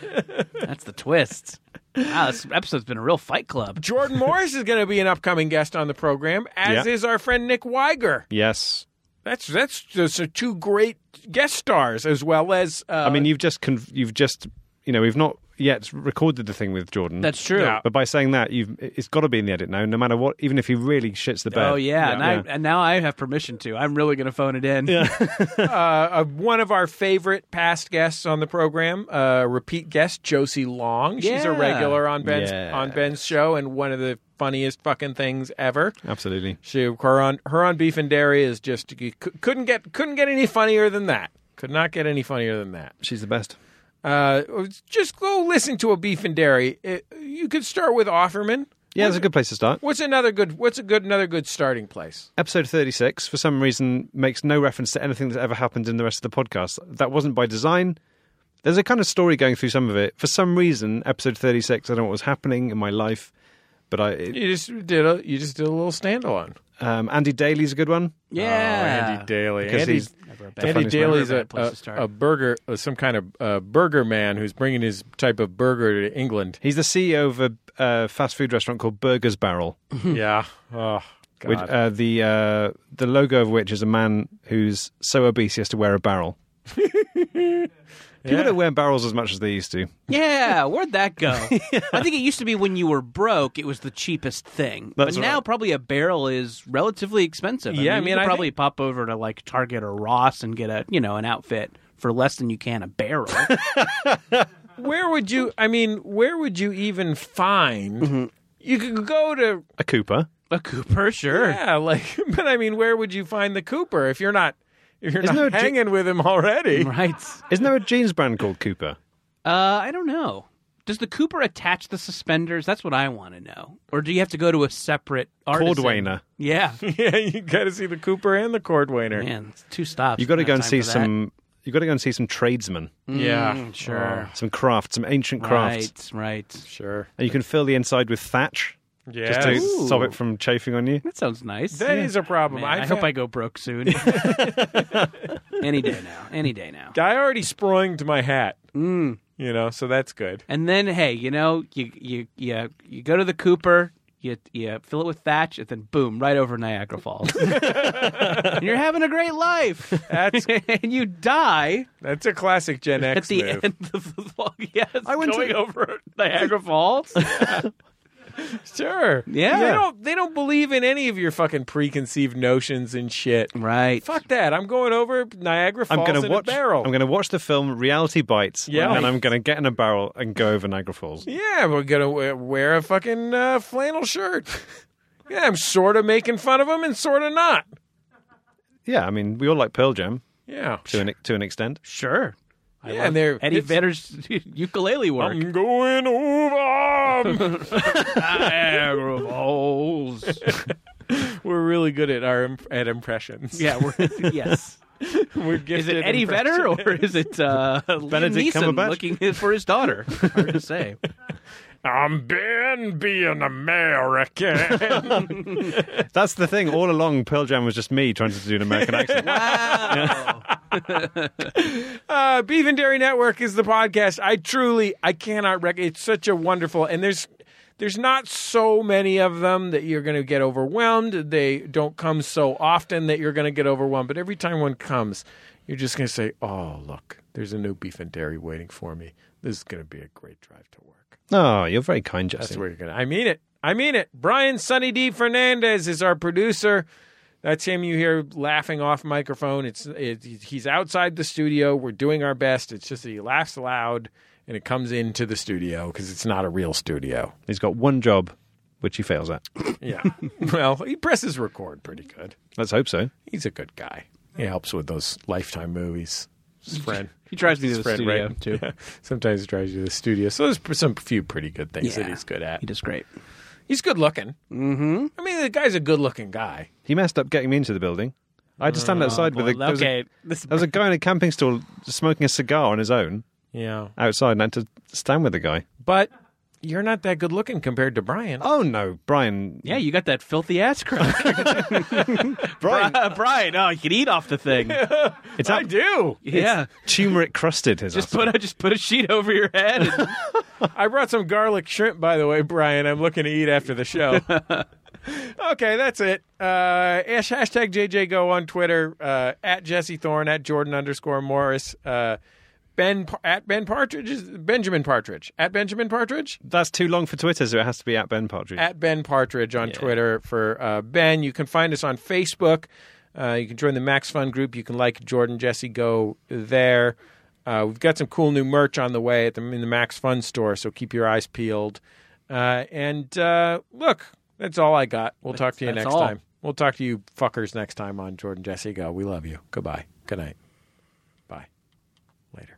Speaker 3: That's the twist. Wow, this episode's been a real fight club.
Speaker 2: Jordan Morris is going to be an upcoming guest on the program, as
Speaker 4: Yeah.
Speaker 2: is our friend Nick Weiger.
Speaker 4: Yes.
Speaker 2: That's that's those are two great guest stars, as well as uh,
Speaker 4: I mean, you've just conv- you've just you know we've not yet recorded the thing with Jordan. Uh,
Speaker 3: That's true.
Speaker 2: Yeah.
Speaker 4: But by saying that, you've it's got to be in the edit now, no matter what. Even if he really shits the bed.
Speaker 3: Oh yeah, and,
Speaker 4: Yeah.
Speaker 3: I, and now I have permission to. I'm really going to phone it in.
Speaker 2: uh, one of our favorite past guests on the program, uh, repeat guest Josie Long. She's a
Speaker 3: Yeah.
Speaker 2: regular on Ben's
Speaker 4: Yeah.
Speaker 2: on Ben's show, and one of the funniest fucking things ever.
Speaker 4: absolutely.
Speaker 2: She her on her on beef and dairy is just you cou- couldn't get couldn't get any funnier than that. Could not get any funnier than that.
Speaker 4: She's the best.
Speaker 2: Uh, just go listen to a beef and dairy. It- you could start with Offerman.
Speaker 4: Yeah, that's a good place to start.
Speaker 2: What's another good? What's a good another good starting place?
Speaker 4: Episode 36, for some reason, makes no reference to anything that's ever happened in the rest of the podcast. That wasn't by design. There's a kind of story going through some of it. For some reason, episode 36, I don't know what was happening in my life, but I. It,
Speaker 2: You just did a you just did a little standalone.
Speaker 4: um, Andy Daly's a good one.
Speaker 2: Oh,
Speaker 3: Yeah.
Speaker 2: Andy Daly.
Speaker 4: Because
Speaker 2: Andy,
Speaker 4: he's the
Speaker 2: Andy
Speaker 4: funniest
Speaker 2: Daly's
Speaker 3: man.
Speaker 2: a,
Speaker 3: Place
Speaker 2: a,
Speaker 3: to start.
Speaker 2: a burger, uh, some kind of uh, burger man who's bringing his type of burger to England.
Speaker 4: He's the CEO of a uh, fast food restaurant called Burger's Barrel.
Speaker 2: yeah. Oh, God.
Speaker 4: Which, uh, the uh, the logo of which is a man who's so obese he has to wear a barrel. People don't wear barrels as much as they used to.
Speaker 3: yeah, where'd that go? I think it used to be when you were broke, it was the cheapest thing.
Speaker 4: That's
Speaker 3: but
Speaker 4: right.
Speaker 3: now probably a barrel is relatively expensive.
Speaker 2: Yeah, I
Speaker 3: I mean,
Speaker 2: mean,
Speaker 3: you could
Speaker 2: I
Speaker 3: probably pop over to like Target or Ross and get a you know an outfit for less than you can a barrel.
Speaker 2: where would you, I mean, where would you even find, you could go to,
Speaker 4: A Cooper.
Speaker 3: a Cooper, sure.
Speaker 2: yeah, like, but I mean, where would you find the Cooper if you're not, if you're
Speaker 4: Isn't
Speaker 2: not
Speaker 4: there a G-
Speaker 2: hanging with him already?
Speaker 3: Right.
Speaker 4: Isn't there a jeans brand called Cooper?
Speaker 3: Uh, I don't know. Does the Cooper attach the suspenders? That's what I want to know. Or do you have to go to a separate artisan?
Speaker 4: Cordwainer.
Speaker 3: Yeah.
Speaker 2: yeah, you got to see the Cooper and the Cordwainer.
Speaker 3: Man, it's two stops.
Speaker 4: You've got to
Speaker 3: Not
Speaker 4: go and
Speaker 3: time
Speaker 4: see
Speaker 3: for that.
Speaker 4: some. You've got to go and see some tradesmen,
Speaker 3: Mm,
Speaker 2: Yeah,
Speaker 3: Sure.
Speaker 4: some crafts, some ancient crafts,
Speaker 3: Right, right.
Speaker 2: sure.
Speaker 4: and you can fill the inside with thatch
Speaker 2: Yeah,
Speaker 4: just
Speaker 2: that is
Speaker 4: to stop it from chafing on you.
Speaker 3: That sounds nice.
Speaker 2: a problem.
Speaker 3: Man, I, hope I go broke soon. Any day now. Any day now.
Speaker 2: I already sprunged my hat. You know, so that's good.
Speaker 3: And then, hey, you know, you you you you go to the Cooper, You, you fill it with thatch, and then boom, right over Niagara Falls. And you're having a great life. That's and you die.
Speaker 2: That's a classic Gen X
Speaker 3: At the
Speaker 2: move.
Speaker 3: end of the vlog, yes, I
Speaker 2: went
Speaker 3: went
Speaker 2: to-
Speaker 3: going over Niagara Falls.
Speaker 2: Sure.
Speaker 3: Yeah.
Speaker 2: They don't they don't believe in any of your fucking preconceived notions and shit.
Speaker 3: Right.
Speaker 2: Fuck that. I'm going over Niagara
Speaker 4: I'm
Speaker 2: Falls
Speaker 4: going
Speaker 2: in
Speaker 4: to
Speaker 2: a
Speaker 4: watch.
Speaker 2: barrel.
Speaker 4: I'm going to watch the film Reality Bites.
Speaker 2: Yeah.
Speaker 4: and I'm going to get in a barrel and go over Niagara Falls.
Speaker 2: yeah, we're going to wear, wear a fucking uh, flannel shirt. yeah, I'm sort of making fun of them and sort of not.
Speaker 4: Yeah, I mean, we all like Pearl Jam
Speaker 2: Yeah.
Speaker 4: to an to an extent.
Speaker 3: Sure. I
Speaker 2: yeah,
Speaker 3: love
Speaker 2: and they're
Speaker 3: Eddie
Speaker 2: it's-
Speaker 3: Vedder's ukulele work.
Speaker 2: I'm going over.
Speaker 3: Niagara Falls.
Speaker 2: we're really good at our imp- at impressions.
Speaker 3: Yeah, we're, yes.
Speaker 2: we're
Speaker 3: Is
Speaker 2: gifted
Speaker 3: it Eddie
Speaker 2: impression-
Speaker 3: Vedder or is it uh, Liam
Speaker 4: Benedict
Speaker 3: Neeson
Speaker 4: Cumberbatch?
Speaker 3: looking for his daughter? Hard to say.
Speaker 2: I'm Ben being American.
Speaker 4: That's the thing. All along, Pearl Jam was just me trying to do an American accent.
Speaker 2: Uh, Beef and Dairy Network is the podcast. I truly, I cannot rec. It's such a wonderful, and there's there's not so many of them that you're going to get overwhelmed. They don't come so often that you're going to get overwhelmed. But every time one comes, you're just going to say, "Oh, look, there's a new Beef and Dairy waiting for me. This is going to be a great drive to work."
Speaker 4: Oh, you're very kind,
Speaker 2: That's
Speaker 4: Jesse.
Speaker 2: where you're going. to I mean it. I mean it. Brian Sunny D Fernandez is our producer. That's him you hear laughing off microphone. It's it, he's outside the studio. We're doing our best. It's just that he laughs loud and it comes into the studio because it's not a real studio.
Speaker 4: He's got one job, which he fails at.
Speaker 2: Yeah. well, he presses record pretty good.
Speaker 4: Let's hope so.
Speaker 2: He's a good guy. He helps with those lifetime movies. His friend.
Speaker 3: He drives me to the
Speaker 2: Friend,
Speaker 3: studio
Speaker 2: right?
Speaker 3: too.
Speaker 2: Sometimes he drives you to the studio. So there's some few pretty good things that
Speaker 3: Yeah.
Speaker 2: he's good at.
Speaker 3: He does great.
Speaker 2: He's good looking. Mm-hmm. I mean, the guy's a good looking guy.
Speaker 4: He messed up getting me into the building. I had to stand outside with a, there was a-
Speaker 3: Oh, okay, this
Speaker 4: There was a guy in a camping stall smoking a cigar on his own
Speaker 2: Yeah.
Speaker 4: outside, and I had to stand with the guy.
Speaker 2: But you're not that good looking compared to Brian.
Speaker 4: Oh no, Brian!
Speaker 3: yeah, you got that filthy ass crack,
Speaker 4: Brian,
Speaker 3: Uh, Brian. Oh, you can eat off the thing.
Speaker 4: it's I do.
Speaker 3: yeah,
Speaker 4: Turmeric crusted his.
Speaker 3: just
Speaker 4: ass.
Speaker 3: put a just put a sheet over your head. and-
Speaker 2: I brought some garlic shrimp, by the way, Brian. I'm looking to eat after the show. okay, that's it. Uh, ash- hashtag JJGo on Twitter, uh, at Jesse Thorne, at Jordan underscore Morris, uh, Ben Par- at Ben Partridge, is Benjamin Partridge, at Benjamin Partridge,
Speaker 4: That's too long for Twitter, so it has to be at Ben Partridge.
Speaker 2: at Ben Partridge on Twitter for uh, Ben. You can find us on Facebook. Uh, you can join the Max Fun group. You can like Jordan Jesse Go there. Uh, we've got some cool new merch on the way at the, in the Max Fun store, so keep your eyes peeled. Uh, and uh, look, that's all I got. We'll talk to you
Speaker 3: That's
Speaker 2: next
Speaker 3: all.
Speaker 2: time. We'll talk to you fuckers next time on Jordan Jesse Go. We love you. Goodbye. Good night. Bye. Later.